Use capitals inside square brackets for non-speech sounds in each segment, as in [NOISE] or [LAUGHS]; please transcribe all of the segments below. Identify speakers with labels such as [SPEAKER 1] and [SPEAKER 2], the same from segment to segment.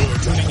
[SPEAKER 1] tuning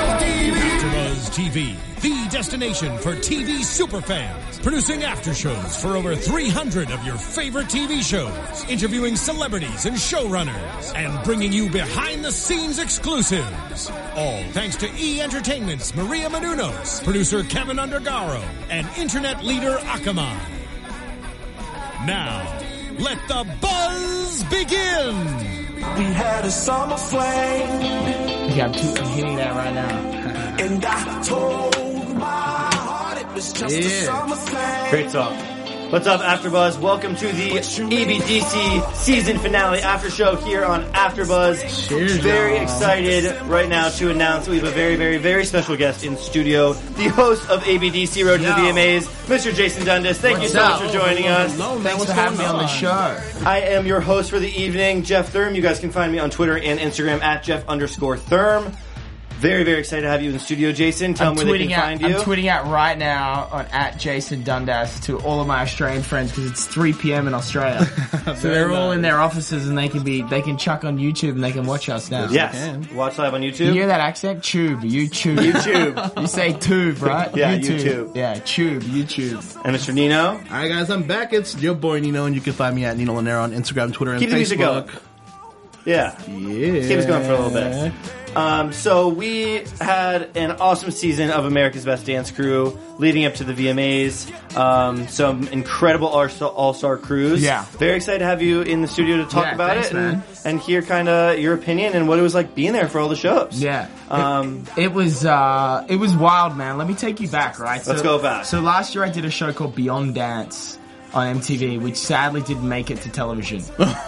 [SPEAKER 1] AfterBuzz TV, the destination for TV superfans, producing aftershows for over 300 of your favorite TV shows, interviewing celebrities and showrunners, and bringing you behind-the-scenes exclusives. All thanks to E Entertainment's Maria Menounos, producer Kevin Undergaro, and internet leader Akamai. Now, let the buzz begin.
[SPEAKER 2] We had a summer flame,
[SPEAKER 3] Yeah, I'm, too, I'm hitting that right now.
[SPEAKER 2] and I told my heart it was just a
[SPEAKER 3] Yeah.
[SPEAKER 2] summer flame.
[SPEAKER 4] Great song. What's up, AfterBuzz? Welcome to the EBDC season finale after show here on AfterBuzz.
[SPEAKER 3] Cheers,
[SPEAKER 4] very
[SPEAKER 3] y'all.
[SPEAKER 4] excited right now to announce we have a very, very, very special guest in studio, the host of ABDC Road to the
[SPEAKER 3] Yo.
[SPEAKER 4] VMAs, Mr. Jason Dundas. Thank you
[SPEAKER 3] What's
[SPEAKER 4] so
[SPEAKER 3] up?
[SPEAKER 4] much for joining us.
[SPEAKER 3] Thanks for having me on the show.
[SPEAKER 4] I am your host for the evening, Jeff Thurm. You guys can find me on Twitter and Instagram at Jeff underscore Thurm. Very, very excited to have you in studio, Jason. Tell
[SPEAKER 3] I'm
[SPEAKER 4] them where they
[SPEAKER 3] tweeting,
[SPEAKER 4] can
[SPEAKER 3] out,
[SPEAKER 4] find you.
[SPEAKER 3] I'm tweeting out right now on at Jason Dundas to all of my Australian friends because it's 3 p.m. in
[SPEAKER 4] [LAUGHS]
[SPEAKER 3] Australia. so they're all in their offices and they can be, they can chuck on YouTube and they can watch us now.
[SPEAKER 4] yes. Watch live on
[SPEAKER 3] You
[SPEAKER 4] YouTube.
[SPEAKER 3] hear that accent? Tube, YouTube.
[SPEAKER 4] YouTube.
[SPEAKER 3] You say tube, right?
[SPEAKER 4] Yeah, YouTube.
[SPEAKER 3] Yeah, tube, YouTube.
[SPEAKER 4] [LAUGHS] and Mr. Nino.
[SPEAKER 5] All right, guys, I'm back. It's your boy Nino, and you can find me at Nino Lanero on Instagram, Twitter, and
[SPEAKER 4] Keep the music
[SPEAKER 5] Facebook.
[SPEAKER 4] Yeah.
[SPEAKER 5] Yeah,
[SPEAKER 4] Keep us going for a little bit. Um, so we had an awesome season of America's Best Dance Crew leading up to the VMAs. Um, some incredible all star crews.
[SPEAKER 3] Yeah.
[SPEAKER 4] Very excited to have you in the studio to talk
[SPEAKER 3] Yeah,
[SPEAKER 4] about
[SPEAKER 3] thanks,
[SPEAKER 4] it and,
[SPEAKER 3] man.
[SPEAKER 4] and hear kind of your opinion and what it was like being there for all the shows.
[SPEAKER 3] Yeah.
[SPEAKER 4] Um,
[SPEAKER 3] It was uh, it was wild, man. Let me take you back, right?
[SPEAKER 4] Let's go back.
[SPEAKER 3] So last year I did a show called Beyond Dance on MTV, which sadly didn't make it to
[SPEAKER 4] [LAUGHS]
[SPEAKER 3] television.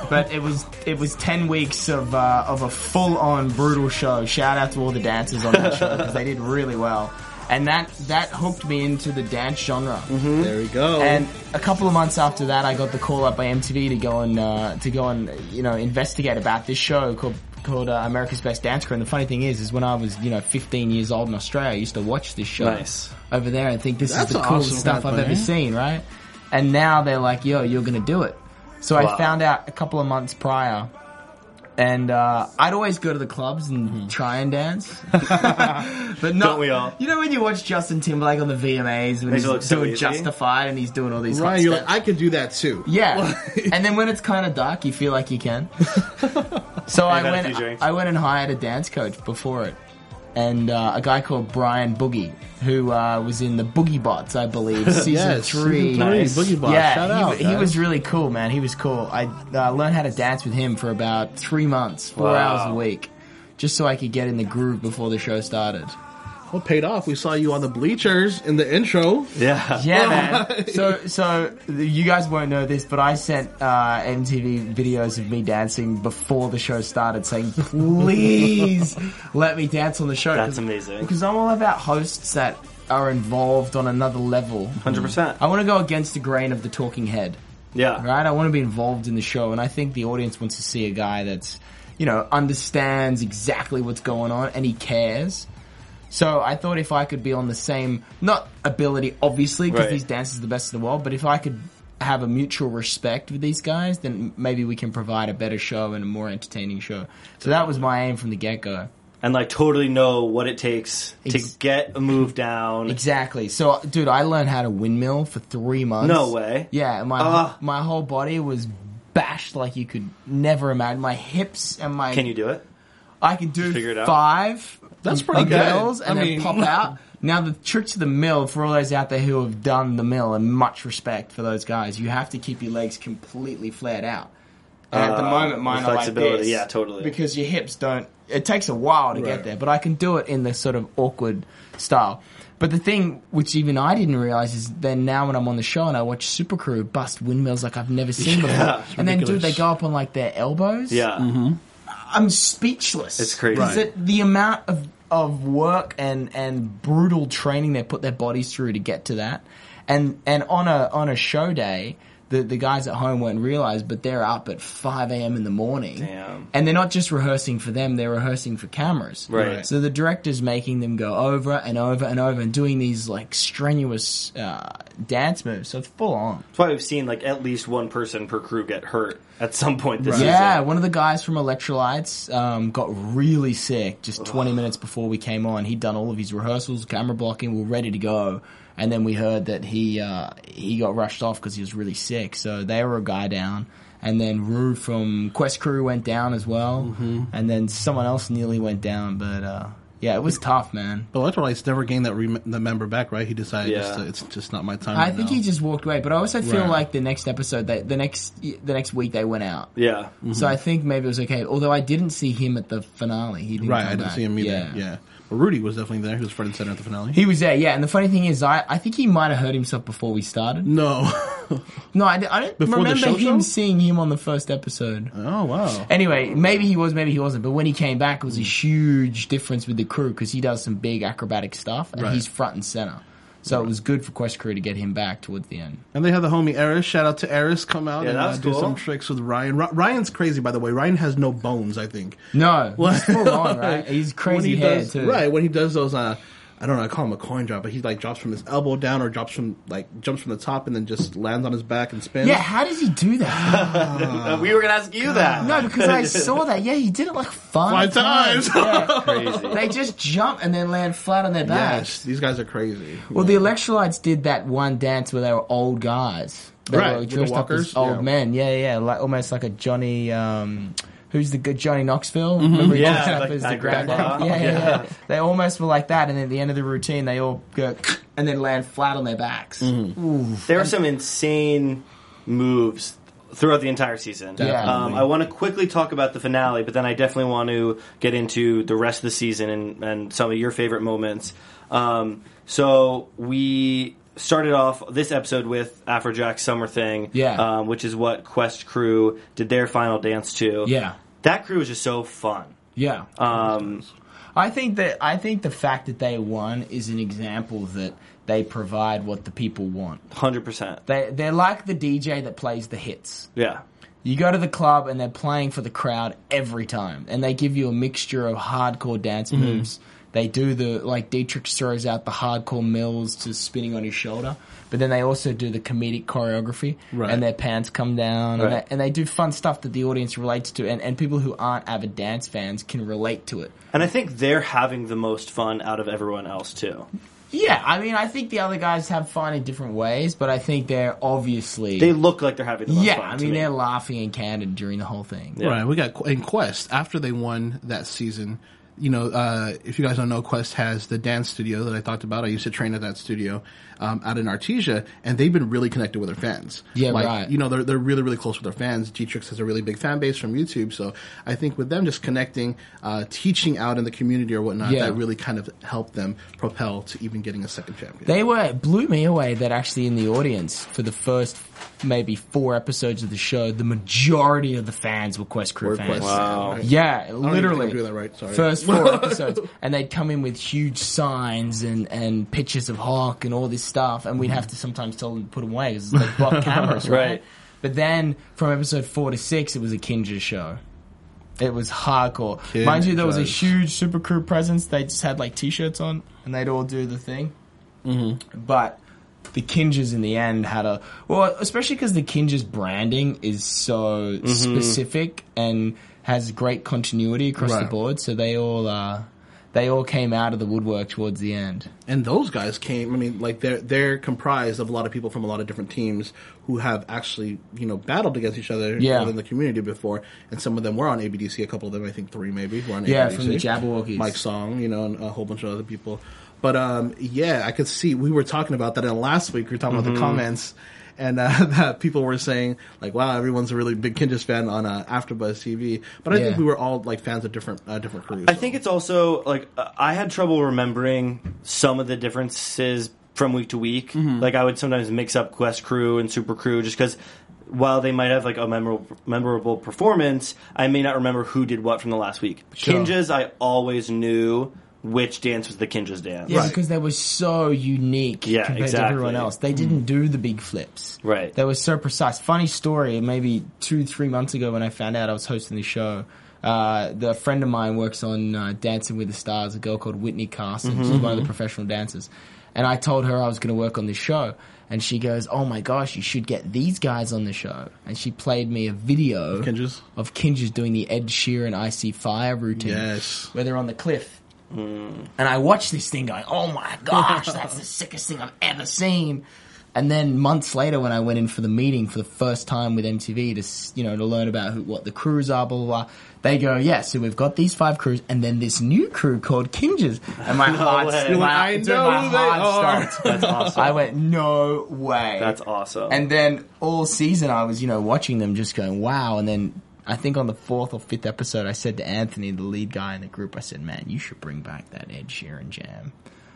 [SPEAKER 3] but it was it was ten weeks of uh, of a full on brutal show. Shout out to all the dancers on that show because they did really well, and that that hooked me into the dance genre.
[SPEAKER 5] There we go.
[SPEAKER 3] And a couple of months after that, I got the call up by MTV to go and uh, to go and you know investigate about this show called called uh, America's Best Dance Crew. And the funny thing is, is when I was you know 15 years old in Australia, I used to watch this show
[SPEAKER 4] Nice.
[SPEAKER 3] over there and think this
[SPEAKER 5] That's
[SPEAKER 3] is the coolest
[SPEAKER 5] awesome,
[SPEAKER 3] stuff I've
[SPEAKER 5] man.
[SPEAKER 3] ever seen, right? And now they're like, yo, you're gonna do it. So I found out a couple of months prior. And uh, I'd always go to the clubs and try and
[SPEAKER 4] [LAUGHS]
[SPEAKER 3] dance, but not.
[SPEAKER 4] Hmm. Don't we all?
[SPEAKER 3] You know when you watch Justin Timberlake on the VMAs when he's
[SPEAKER 4] Makes it
[SPEAKER 3] doing
[SPEAKER 4] look so easy.
[SPEAKER 3] Justified and he's doing all these hot
[SPEAKER 5] Ryan, you're like, ah,
[SPEAKER 3] steps.
[SPEAKER 5] I can do that too. [LAUGHS]
[SPEAKER 3] Yeah. and then when it's kind of dark, you feel like you can. so I
[SPEAKER 4] had a few
[SPEAKER 3] went,
[SPEAKER 4] drinks.
[SPEAKER 3] I went and hired a dance coach before it. And uh, a guy called Brian Boogie, who uh, was in the Boogie Bots, I believe,
[SPEAKER 5] [LAUGHS]
[SPEAKER 3] season
[SPEAKER 5] Yes,
[SPEAKER 3] three.
[SPEAKER 5] season three, Boogie Bots.
[SPEAKER 3] Yeah,
[SPEAKER 5] Shout
[SPEAKER 3] he,
[SPEAKER 5] out,
[SPEAKER 3] he
[SPEAKER 5] guys.
[SPEAKER 3] was really cool, man. He was cool. I uh, learned how to dance with him for about three months, four
[SPEAKER 4] Wow.
[SPEAKER 3] hours a week, just so I could get in the groove before the show started.
[SPEAKER 5] Well, paid off. We saw you on the bleachers in the intro.
[SPEAKER 4] Yeah.
[SPEAKER 3] Yeah, man. So, so you guys won't know this, but I sent uh, MTV videos of me dancing before the show started, saying, "Please let me dance on the show."
[SPEAKER 4] That's amazing.
[SPEAKER 3] Because I'm all about hosts that are involved on another level.
[SPEAKER 4] [LAUGHS] 100%.
[SPEAKER 3] I want to go against the grain of the talking head,
[SPEAKER 4] Yeah.
[SPEAKER 3] right? I want to be involved in the show, and I think the audience wants to see a guy that's, you know, understands exactly what's going on and he cares. So I thought if I could be on the same, not ability, obviously, because
[SPEAKER 4] Right.
[SPEAKER 3] these dancers are the best in the world, but if I could have a mutual respect with these guys, then maybe we can provide a better show and a more entertaining show. So that was my aim from the get go.
[SPEAKER 4] And like totally know what it takes
[SPEAKER 3] Ex-
[SPEAKER 4] to get a move down.
[SPEAKER 3] Exactly. So, dude, I learned how to windmill for three months.
[SPEAKER 4] No way.
[SPEAKER 3] Yeah, and my
[SPEAKER 4] Ah.
[SPEAKER 3] my whole body was bashed like you could never imagine. My hips and my
[SPEAKER 4] Can you do it?
[SPEAKER 3] I could do
[SPEAKER 4] figure it out?
[SPEAKER 3] five.
[SPEAKER 5] That's pretty good.
[SPEAKER 3] Mills and
[SPEAKER 5] I
[SPEAKER 3] then
[SPEAKER 5] mean-
[SPEAKER 3] pop out. Now the trick to the mill for all those out there who have done the mill and much respect for those guys, you have to keep your legs completely flared out. And at the
[SPEAKER 4] Uh,
[SPEAKER 3] moment, mine
[SPEAKER 4] the
[SPEAKER 3] are like
[SPEAKER 4] flexibility,
[SPEAKER 3] this.
[SPEAKER 4] yeah, totally.
[SPEAKER 3] Because your hips don't. It takes a while to get
[SPEAKER 5] Right.
[SPEAKER 3] there, but I can do it in this sort of awkward style. But the thing which even I didn't realize is then now when I'm on the show and I watch Super Crew bust windmills like I've never
[SPEAKER 4] [LAUGHS]
[SPEAKER 3] seen before, and then dude, they
[SPEAKER 5] ridiculous.
[SPEAKER 3] go up on like their elbows.
[SPEAKER 4] Yeah.
[SPEAKER 3] I'm speechless.
[SPEAKER 4] It's crazy.
[SPEAKER 3] 'Cause
[SPEAKER 5] Right.
[SPEAKER 3] The, the amount of, of work and, and brutal training they put their bodies through to get to that. And and on a on a show day, the, the guys at home won't realize, but they're up at 5 a.m. in the morning.
[SPEAKER 4] Damn.
[SPEAKER 3] And they're not just rehearsing for them, they're rehearsing for cameras.
[SPEAKER 4] Right.
[SPEAKER 3] So the director's making them go over and over and over and doing these like strenuous uh, dance moves. So it's full on.
[SPEAKER 4] That's why we've seen like at least one person per crew get hurt at some point this season.
[SPEAKER 3] Yeah, one of the guys from Electrolytes um, got really sick just 20 minutes before we came on. He'd done all of his rehearsals, camera blocking, we were ready to go. And then we heard that he uh, he got rushed off because he was really sick. So they were a guy down. And then Rue from Quest Crew went down as well. And then someone else nearly went down. But uh, yeah, it was tough, man.
[SPEAKER 5] But Electrolytes never gained that rem- the member back, right? He decided just
[SPEAKER 4] Yeah.
[SPEAKER 5] to, it's just not my time.
[SPEAKER 3] I
[SPEAKER 5] right
[SPEAKER 3] think
[SPEAKER 5] now.
[SPEAKER 3] he just walked away. But I also feel
[SPEAKER 5] Right.
[SPEAKER 3] like the next episode, they, the next the next week they went out.
[SPEAKER 4] Yeah.
[SPEAKER 3] So I think maybe it was okay. Although I didn't see him at the finale. He didn't
[SPEAKER 5] right.
[SPEAKER 3] come
[SPEAKER 5] I didn't
[SPEAKER 3] back.
[SPEAKER 5] see him either. Yeah. but Rudy was definitely there. He was front and center at the finale.
[SPEAKER 3] He was there, yeah. And the funny thing is, I, I think he might have hurt himself before we started.
[SPEAKER 5] no. [LAUGHS]
[SPEAKER 3] No, I, d- I don't
[SPEAKER 5] Before the
[SPEAKER 3] remember
[SPEAKER 5] show
[SPEAKER 3] him
[SPEAKER 5] show?
[SPEAKER 3] seeing him on the first episode.
[SPEAKER 5] oh wow.
[SPEAKER 3] Anyway, maybe he was, maybe he wasn't. But when he came back, it was a huge difference with the crew because he does some big acrobatic stuff and
[SPEAKER 5] Right.
[SPEAKER 3] he's front and center. So it was good for Quest Crew to get him back towards the
[SPEAKER 5] [LAUGHS]
[SPEAKER 3] end.
[SPEAKER 5] And they had the homie Eris. Shout out to Eris. Come out
[SPEAKER 4] Yeah,
[SPEAKER 5] and
[SPEAKER 4] that
[SPEAKER 5] uh,
[SPEAKER 4] was
[SPEAKER 5] do
[SPEAKER 4] cool.
[SPEAKER 5] some tricks with Ryan. Ry- Ryan's crazy, by the way. Ryan has no bones. I think.
[SPEAKER 3] No,
[SPEAKER 5] Well,
[SPEAKER 3] he's [LAUGHS] full on, right? He's
[SPEAKER 5] when
[SPEAKER 3] crazy
[SPEAKER 5] he
[SPEAKER 3] hair
[SPEAKER 5] does-
[SPEAKER 3] too.
[SPEAKER 5] Right when he does those, uh, I don't know. I call him a coin drop, but he like drops from his elbow down or drops from like jumps from the top and then just lands on his back and spins.
[SPEAKER 3] Yeah, how does he do that?
[SPEAKER 4] Uh, we were gonna ask you that.
[SPEAKER 3] no, because I saw that. Yeah, he did it like five,
[SPEAKER 5] Five times.
[SPEAKER 3] Yeah.
[SPEAKER 4] Crazy.
[SPEAKER 3] [LAUGHS] they just jump and then land flat on their backs.
[SPEAKER 5] [LAUGHS] Yes, these guys are crazy.
[SPEAKER 3] Well, the electrolytes did that one dance where they were old guys. They
[SPEAKER 5] Right,
[SPEAKER 3] were
[SPEAKER 5] with the
[SPEAKER 3] dressed up as
[SPEAKER 5] walkers,
[SPEAKER 3] old
[SPEAKER 5] yeah.
[SPEAKER 3] men. Yeah, yeah, like almost like a Johnny. Um, who's the good Johnny Knoxville? Remember he
[SPEAKER 4] Yeah,
[SPEAKER 3] dressed up
[SPEAKER 4] like
[SPEAKER 3] as
[SPEAKER 4] that
[SPEAKER 3] the grandpa.
[SPEAKER 4] grandpa.
[SPEAKER 3] Yeah, yeah, yeah. They almost were like that, and at the end of the routine, they all go [LAUGHS] and then land flat on their backs.
[SPEAKER 4] There are some insane moves throughout the entire season.
[SPEAKER 3] Definitely.
[SPEAKER 4] Um, I want to quickly talk about the finale, but then I definitely want to get into the rest of the season and, and some of your favorite moments. Um, so we started off this episode with Afrojack's summer thing,
[SPEAKER 3] Yeah.
[SPEAKER 4] um, which is what Quest Crew did their final dance to.
[SPEAKER 3] Yeah.
[SPEAKER 4] that crew was just so fun.
[SPEAKER 3] Yeah,
[SPEAKER 4] Um,
[SPEAKER 3] I think that I think the fact that they won is an example that they provide what the people want.
[SPEAKER 4] hundred percent.
[SPEAKER 3] They they're like the DJ that plays the hits.
[SPEAKER 4] Yeah,
[SPEAKER 3] You go to the club and they're playing for the crowd every time, and they give you a mixture of hardcore dance
[SPEAKER 4] Mm-hmm.
[SPEAKER 3] moves. They do the like Dietrich throws out the hardcore mills to spinning on his shoulder, but then they also do the comedic choreography,
[SPEAKER 5] Right.
[SPEAKER 3] and their pants come down, and,
[SPEAKER 4] Right.
[SPEAKER 3] they, and they do fun stuff that the audience relates to, and, and people who aren't avid dance fans can relate to it.
[SPEAKER 4] and I think they're having the most fun out of everyone else too.
[SPEAKER 3] Yeah, I mean, I think the other guys have fun in different ways, but I think they're obviously
[SPEAKER 4] They look like they're having the most
[SPEAKER 3] yeah,
[SPEAKER 4] fun.
[SPEAKER 3] I
[SPEAKER 4] to
[SPEAKER 3] mean
[SPEAKER 4] me.
[SPEAKER 3] they're laughing and candid during the whole thing.
[SPEAKER 4] Yeah.
[SPEAKER 5] Right, we got Qu- in Quest after they won that season. You know, uh, if you guys don't know, Quest has the dance studio that I talked about. I used to train at that studio um, out in Artesia, and they've been really connected with their fans.
[SPEAKER 3] Yeah,
[SPEAKER 5] like,
[SPEAKER 3] right.
[SPEAKER 5] You know, they're they're really really close with their fans. Dietrix has a really big fan base from YouTube, so I think with them just connecting, uh, teaching out in the community or whatnot,
[SPEAKER 3] Yeah.
[SPEAKER 5] that really kind of helped them propel to even getting a second champion.
[SPEAKER 3] They were it blew me away that actually in the audience for the first maybe four episodes of the show, the majority of the fans were Quest Crew
[SPEAKER 5] Were
[SPEAKER 3] fans.
[SPEAKER 5] Quest, Wow. right?
[SPEAKER 3] Yeah,
[SPEAKER 5] even think I'm
[SPEAKER 3] literally.
[SPEAKER 5] doing that right, sorry.
[SPEAKER 3] First
[SPEAKER 5] [LAUGHS]
[SPEAKER 3] four episodes, and they'd come in with huge signs and and pictures of Hawk and all this stuff, and we'd
[SPEAKER 5] Mm-hmm.
[SPEAKER 3] have to sometimes tell them to put them away because they
[SPEAKER 5] [LAUGHS]
[SPEAKER 3] bought cameras, right?
[SPEAKER 4] Right.
[SPEAKER 3] But then from episode four to six, it was a Kinja show. It was hardcore. Mind you, there was a
[SPEAKER 5] Kinjas.
[SPEAKER 3] huge super crew presence. They just had like t-shirts on, and they'd all do the thing
[SPEAKER 5] Mm-hmm.
[SPEAKER 3] but the Kinjas in the end had a well, especially because the Kinjas branding is so specific and has great continuity across the
[SPEAKER 5] Right.
[SPEAKER 3] board. So they all uh, they all came out of the woodwork towards the end.
[SPEAKER 5] and those guys came. I mean, like they're they're comprised of a lot of people from a lot of different teams who have actually you know battled against each other
[SPEAKER 3] Yeah.
[SPEAKER 5] within the community before, and some of them were on ABDC. A couple of them, I think three maybe, were on
[SPEAKER 3] Yeah,
[SPEAKER 5] ABDC.
[SPEAKER 3] from the Jabberwockies.
[SPEAKER 5] Mike Song, you know, and a whole bunch of other people. But um, yeah, I could see we were talking about that, and last week we were talking
[SPEAKER 3] Mm-hmm.
[SPEAKER 5] about the comments. And uh, [LAUGHS] that people were saying like, "Wow, everyone's a really big Kinjas fan on uh, AfterBuzz TV." But I
[SPEAKER 3] Yeah.
[SPEAKER 5] think we were all like fans of different uh, different crews.
[SPEAKER 4] I think it's also like uh, I had trouble remembering some of the differences from week to week.
[SPEAKER 3] Mm-hmm.
[SPEAKER 4] Like I would sometimes mix up Quest Crew and Super Crew just because while they might have like a memorable, memorable performance, I may not remember who did what from the last week. Kinjas, I always knew which dance was the Kindra's dance.
[SPEAKER 3] Yeah, because they were so unique
[SPEAKER 4] Yeah,
[SPEAKER 3] compared to
[SPEAKER 4] exactly.
[SPEAKER 3] everyone else. They didn't do the big flips.
[SPEAKER 4] Right.
[SPEAKER 3] They were so precise. Funny story, maybe two, three months ago when I found out I was hosting the show, uh, the a friend of mine works on uh, Dancing with the Stars, a girl called Whitney Carson. She's one of the professional dancers. And I told her I was going to work on this show. And she goes, Oh my gosh, you should get these guys on the show. And she played me a video
[SPEAKER 5] Kinja's?
[SPEAKER 3] of Kinja's doing the Ed Sheeran I See Fire routine
[SPEAKER 5] Yes.
[SPEAKER 3] where they're on the cliff. And I watched this thing going, oh my gosh, that's the sickest thing I've ever seen. And then months later, when I went in for the meeting for the first time with MTV to, s- you know, to learn about who, what the crews are, blah, blah, blah, they go, yeah, so we've got these five crews and then this new crew called Kinjas. And
[SPEAKER 5] [LAUGHS]
[SPEAKER 3] my heart,
[SPEAKER 4] way.
[SPEAKER 3] my,
[SPEAKER 4] You're
[SPEAKER 5] like, "I
[SPEAKER 3] dude, my
[SPEAKER 5] know who they
[SPEAKER 3] heart
[SPEAKER 5] are." [LAUGHS]
[SPEAKER 3] stopped.
[SPEAKER 4] That's awesome.
[SPEAKER 3] I went, no way.
[SPEAKER 4] That's awesome.
[SPEAKER 3] And then all season I was, you know, watching them just going, wow. And then I think on the fourth or fifth episode, I said to Anthony, the lead guy in the group, I said, man, you should bring back that Ed Sheeran jam.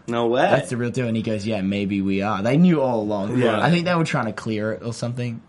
[SPEAKER 4] no way.
[SPEAKER 3] That's the real deal. And he goes, yeah, maybe we are. They knew all along.
[SPEAKER 4] Yeah.
[SPEAKER 3] I think they were trying to clear it or something.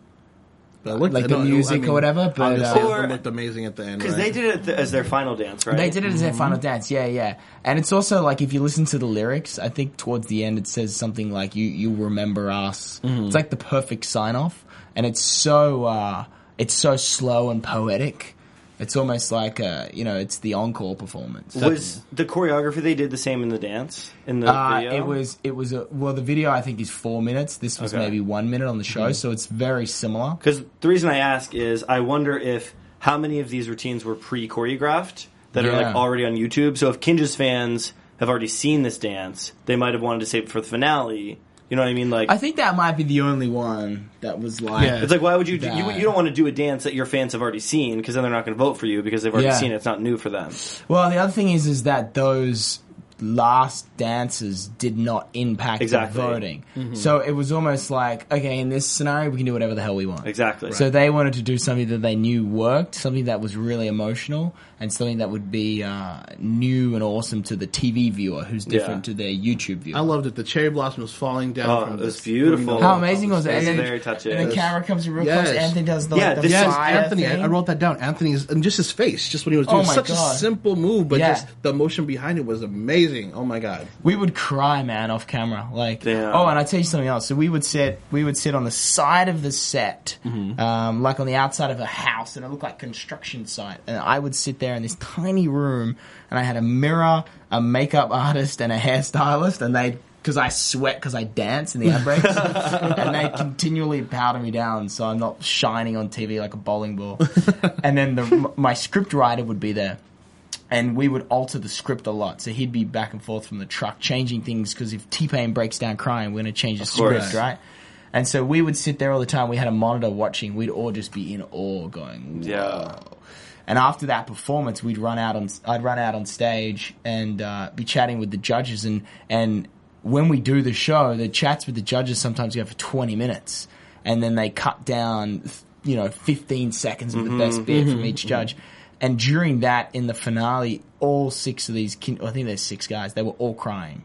[SPEAKER 5] But it looked-
[SPEAKER 3] Like the
[SPEAKER 5] no, it-
[SPEAKER 3] music or whatever, but,
[SPEAKER 5] obviously
[SPEAKER 4] uh,
[SPEAKER 5] it
[SPEAKER 4] Or-
[SPEAKER 5] looked amazing at the end.
[SPEAKER 4] because they
[SPEAKER 5] right?
[SPEAKER 4] did it th- as their final dance, right? Mm-hmm.
[SPEAKER 3] They did it as their final dance, yeah, yeah. And it's also like if you listen to the lyrics, I think towards the end it says something like "you you remember us."
[SPEAKER 4] Mm-hmm.
[SPEAKER 3] It's like the perfect sign off, and it's so uh, it's so slow and poetic. It's almost like uh, you know, it's the encore performance.
[SPEAKER 4] Was the choreography they did the same in the dance in the
[SPEAKER 3] Uh,
[SPEAKER 4] video?
[SPEAKER 3] it was it was a, well the video I think is four minutes. This was
[SPEAKER 4] Okay. Mm-hmm.
[SPEAKER 3] maybe one minute on the show, so it's very similar.
[SPEAKER 4] Because the reason I ask is I wonder if how many of these routines were pre choreographed that are
[SPEAKER 3] Yeah.
[SPEAKER 4] like already on YouTube. So if Kinja's fans have already seen this dance, they might have wanted to save it for the finale. You know what I mean? Like
[SPEAKER 3] I think that might be the only one that was like
[SPEAKER 5] Yeah.
[SPEAKER 4] It's like why would you do, you
[SPEAKER 3] That.
[SPEAKER 4] you don't want to do a dance that your fans have already seen because then they're not going to vote for you because they've already
[SPEAKER 3] Yeah.
[SPEAKER 4] seen it. It's not new for them.
[SPEAKER 3] Well, the other thing is, is that those last dances did not impact
[SPEAKER 4] Exactly. Mm-hmm.
[SPEAKER 3] the voting. So it was almost like, okay, in this scenario, we can do whatever the hell we want.
[SPEAKER 4] Exactly.
[SPEAKER 3] So they wanted to do something that they knew worked, something that was really emotional, and something that would be uh, new and awesome to the TV viewer, who's different
[SPEAKER 4] Yeah.
[SPEAKER 3] to their YouTube viewer.
[SPEAKER 5] I loved it. The cherry blossom was falling down.
[SPEAKER 4] Oh,
[SPEAKER 5] from
[SPEAKER 4] it
[SPEAKER 5] the-
[SPEAKER 4] was beautiful.
[SPEAKER 3] How amazing was it?
[SPEAKER 4] It's
[SPEAKER 3] And then,
[SPEAKER 4] very touching.
[SPEAKER 3] and the camera comes real
[SPEAKER 5] Yes.
[SPEAKER 3] close. Anthony does the,
[SPEAKER 4] Yeah,
[SPEAKER 3] like, the
[SPEAKER 4] this is
[SPEAKER 5] Yes,
[SPEAKER 3] fire
[SPEAKER 5] Anthony. I,
[SPEAKER 3] thing.
[SPEAKER 5] I wrote that down. Anthony's and just his face, just what he was
[SPEAKER 3] Oh
[SPEAKER 5] doing.
[SPEAKER 3] my
[SPEAKER 5] Such
[SPEAKER 3] God.
[SPEAKER 5] a simple move, but
[SPEAKER 3] Yeah.
[SPEAKER 5] just the motion behind it was amazing. Oh my god!
[SPEAKER 3] We would cry, man, off camera. Like,
[SPEAKER 4] Damn.
[SPEAKER 3] oh, and I tell you something else. So we would sit, we would sit on the side of the set, um, like on the outside of a house, and it looked like construction site. And I would sit there in this tiny room, and I had a mirror, a makeup artist, and a hairstylist, and they. Because I sweat, because I dance in the ad breaks, and they continually powder me down, so I'm not shining on TV like a bowling ball. and then the, my script writer would be there, and we would alter the script a lot. So he'd be back and forth from the truck, changing things because if T Pain breaks down crying, we're gonna change the
[SPEAKER 4] course.
[SPEAKER 3] script, right? And so we would sit there all the time. We had a monitor watching. We'd all just be in awe, going, "Whoa."
[SPEAKER 4] Yeah.
[SPEAKER 3] And after that performance, we'd run out on. I'd run out on stage and uh, be chatting with the judges. And and when we do the show, the chats with the judges sometimes go for twenty minutes, and then they cut down, you know, fifteen seconds of
[SPEAKER 4] Mm-hmm,
[SPEAKER 3] the best bit from each judge. And during that, in the finale, all six of these, kin- I think there's six guys, they were all crying,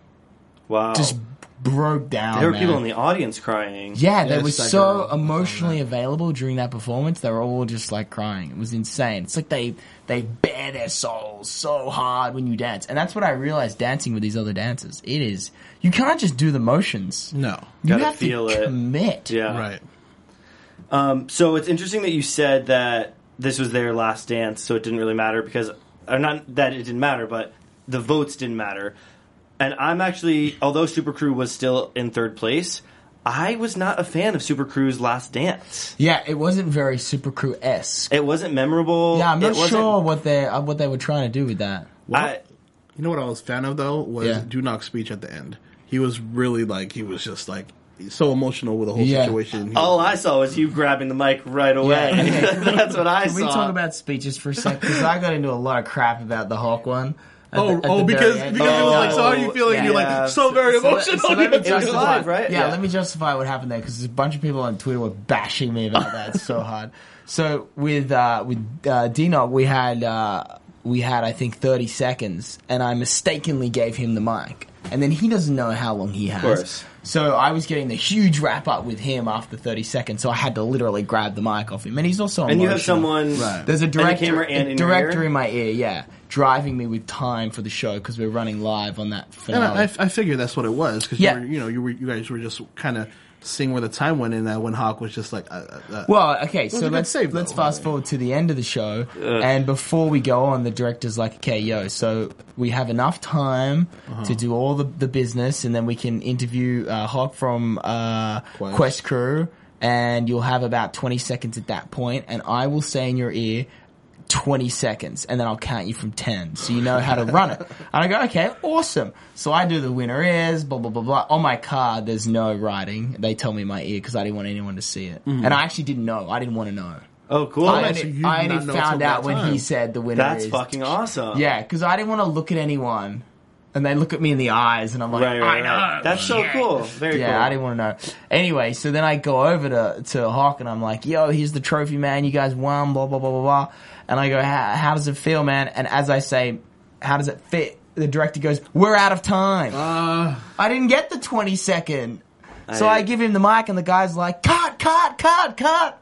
[SPEAKER 4] Wow.
[SPEAKER 3] just broke down.
[SPEAKER 4] there were
[SPEAKER 3] man.
[SPEAKER 4] people in the audience crying.
[SPEAKER 3] Yeah, they
[SPEAKER 5] Yeah,
[SPEAKER 3] were
[SPEAKER 5] it's like
[SPEAKER 3] so
[SPEAKER 5] a-
[SPEAKER 3] emotionally available during that performance. They were all just like crying. It was insane. It's like they they bare their souls so hard when you dance, and that's what I realized dancing with these other dancers. It is you can't just do the motions.
[SPEAKER 5] No,
[SPEAKER 3] you
[SPEAKER 4] Gotta
[SPEAKER 3] have
[SPEAKER 4] feel
[SPEAKER 3] to
[SPEAKER 4] it.
[SPEAKER 3] commit.
[SPEAKER 4] Yeah.
[SPEAKER 5] right?
[SPEAKER 4] Um, so it's interesting that you said that this was their last dance, so it didn't really matter because, or not that it didn't matter, but the votes didn't matter. And I'm actually, although Super Crew was still in third place, I was not a fan of Super Crew's last dance.
[SPEAKER 3] Yeah, it wasn't very super crew esque.
[SPEAKER 4] It wasn't memorable.
[SPEAKER 3] Yeah, I'm not
[SPEAKER 4] It wasn't-
[SPEAKER 3] sure what they uh, what they were trying to do with that.
[SPEAKER 4] I,
[SPEAKER 5] You know what I was a fan of though was
[SPEAKER 3] Yeah.
[SPEAKER 5] Dunok's speech at the end. He was really like he was just like so emotional with the whole
[SPEAKER 3] Yeah.
[SPEAKER 5] situation. He-
[SPEAKER 4] all I saw was you grabbing the mic
[SPEAKER 3] [LAUGHS]
[SPEAKER 4] right away. [LAUGHS]
[SPEAKER 3] Yeah.
[SPEAKER 4] That's what I
[SPEAKER 3] Can
[SPEAKER 4] saw.
[SPEAKER 3] we talk about speeches for a sec? Because I got into a lot of crap about the Hawk one. at
[SPEAKER 5] oh,
[SPEAKER 3] the- at
[SPEAKER 5] oh,
[SPEAKER 3] the
[SPEAKER 5] because
[SPEAKER 3] very
[SPEAKER 5] because
[SPEAKER 3] end.
[SPEAKER 5] it was like so how are
[SPEAKER 4] Oh,
[SPEAKER 5] you feeling?
[SPEAKER 4] yeah.
[SPEAKER 5] You're like so very
[SPEAKER 3] So let-
[SPEAKER 5] emotional. [LAUGHS]
[SPEAKER 3] so let me
[SPEAKER 4] It was
[SPEAKER 3] justify-
[SPEAKER 4] live, right?
[SPEAKER 3] Yeah,
[SPEAKER 4] Yeah.
[SPEAKER 3] let me justify what happened there because a bunch of people on Twitter were bashing me about that so hard. So with uh, with uh, Dinoc, we had uh, we had I think thirty seconds, and I mistakenly gave him the mic, and then he doesn't know how long he has.
[SPEAKER 4] course.
[SPEAKER 3] So I was getting the huge wrap up with him after thirty seconds, so I had to literally grab the mic off him, and he's also
[SPEAKER 4] and you have
[SPEAKER 3] emotional.
[SPEAKER 4] someone.
[SPEAKER 5] Right.
[SPEAKER 3] There's a
[SPEAKER 4] And the
[SPEAKER 3] director,
[SPEAKER 4] camera and
[SPEAKER 3] a
[SPEAKER 4] in your
[SPEAKER 3] director
[SPEAKER 4] ear?
[SPEAKER 3] in my ear, yeah. driving me with time for the show because we're running live on that
[SPEAKER 5] And
[SPEAKER 3] finale.
[SPEAKER 5] I, I, I figured that's what it was because
[SPEAKER 3] Um, Yeah.
[SPEAKER 5] you, were- you know you were you guys were just kind of seeing where the time went, and uh, when Hawk was just like, uh, uh, uh,
[SPEAKER 3] Well, okay,
[SPEAKER 5] was a
[SPEAKER 3] so
[SPEAKER 5] good
[SPEAKER 3] let's
[SPEAKER 5] save, though,
[SPEAKER 3] let's
[SPEAKER 5] by the
[SPEAKER 3] fast
[SPEAKER 5] way.
[SPEAKER 3] forward to the end of the show, and before we go on, the director's like, "Okay, yo, so we have enough time to do all the, the business, and then we can interview uh, Hawk from uh,
[SPEAKER 5] Quest.
[SPEAKER 3] Quest. Crew, and you'll have about twenty seconds at that point, and I will say in your ear." 20 seconds and then I'll count you from 10 so you know how to run it. And I go, okay, awesome. So I do the winner is, blah, blah, blah, blah. On my card, there's no writing. They tell me in my ear because I didn't want anyone to see it. And I actually didn't know. I didn't want to know.
[SPEAKER 4] Oh, cool.
[SPEAKER 3] I
[SPEAKER 5] so
[SPEAKER 3] only,
[SPEAKER 5] you
[SPEAKER 3] I
[SPEAKER 5] did
[SPEAKER 3] only
[SPEAKER 5] not know
[SPEAKER 3] found
[SPEAKER 5] till
[SPEAKER 3] out
[SPEAKER 5] that
[SPEAKER 3] when
[SPEAKER 5] time.
[SPEAKER 3] he said the winner
[SPEAKER 4] That's
[SPEAKER 3] is.
[SPEAKER 4] fucking awesome.
[SPEAKER 3] Yeah, because I didn't want to look at anyone. And they look at me in the eyes and I'm like,
[SPEAKER 4] Right, right,
[SPEAKER 3] I
[SPEAKER 4] right.
[SPEAKER 3] know.
[SPEAKER 4] That's so
[SPEAKER 3] Yeah.
[SPEAKER 4] cool. Very
[SPEAKER 3] yeah,
[SPEAKER 4] cool.
[SPEAKER 3] I didn't want to know. Anyway, so then I go over to to Hawk and I'm like, "Yo, here's the trophy, man. You guys won." Blah blah blah blah blah. And I go, "How how does it feel, man?" And as I say, "How does it fit?" The director goes, "We're out of time." I didn't get the 20 second, so
[SPEAKER 4] Uh. I-
[SPEAKER 3] I give him the mic and the guy's like, "Cut, cut, cut, cut."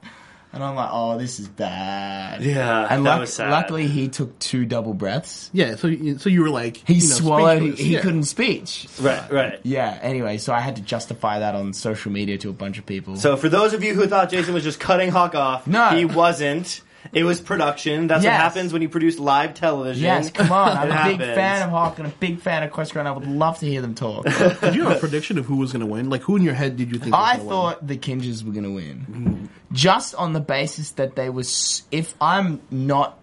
[SPEAKER 3] And I'm like, "Oh, this is bad."
[SPEAKER 4] Yeah,
[SPEAKER 3] And
[SPEAKER 4] that
[SPEAKER 3] luck-
[SPEAKER 4] was sad.
[SPEAKER 3] luckily, he took two double breaths.
[SPEAKER 5] yeah. So you, so you were like,
[SPEAKER 3] He
[SPEAKER 5] you know,
[SPEAKER 3] swallowed. He,
[SPEAKER 5] speechless.
[SPEAKER 3] he
[SPEAKER 5] Yeah.
[SPEAKER 3] couldn't speech.
[SPEAKER 4] Right, right.
[SPEAKER 3] Yeah. Anyway, so I had to justify that on social media to a bunch of people.
[SPEAKER 4] So for those of you who thought Jason was just cutting Hawk off,
[SPEAKER 3] No.
[SPEAKER 4] he wasn't. It was production. That's what
[SPEAKER 3] Yes.
[SPEAKER 4] happens when you produce live television.
[SPEAKER 3] yes, come on. I'm
[SPEAKER 4] [LAUGHS] It
[SPEAKER 3] a big
[SPEAKER 4] happens.
[SPEAKER 3] fan of Hawk and a big fan of Quest Grand. I would love to hear them
[SPEAKER 4] [LAUGHS]
[SPEAKER 3] talk.
[SPEAKER 5] Did you
[SPEAKER 3] [LAUGHS]
[SPEAKER 5] have a prediction of who was going to win? Like, who in your head did you think? Was
[SPEAKER 3] I
[SPEAKER 5] gonna
[SPEAKER 3] thought the Kinjas were going to win,
[SPEAKER 4] Mm.
[SPEAKER 3] just on the basis that they were. s- If I'm not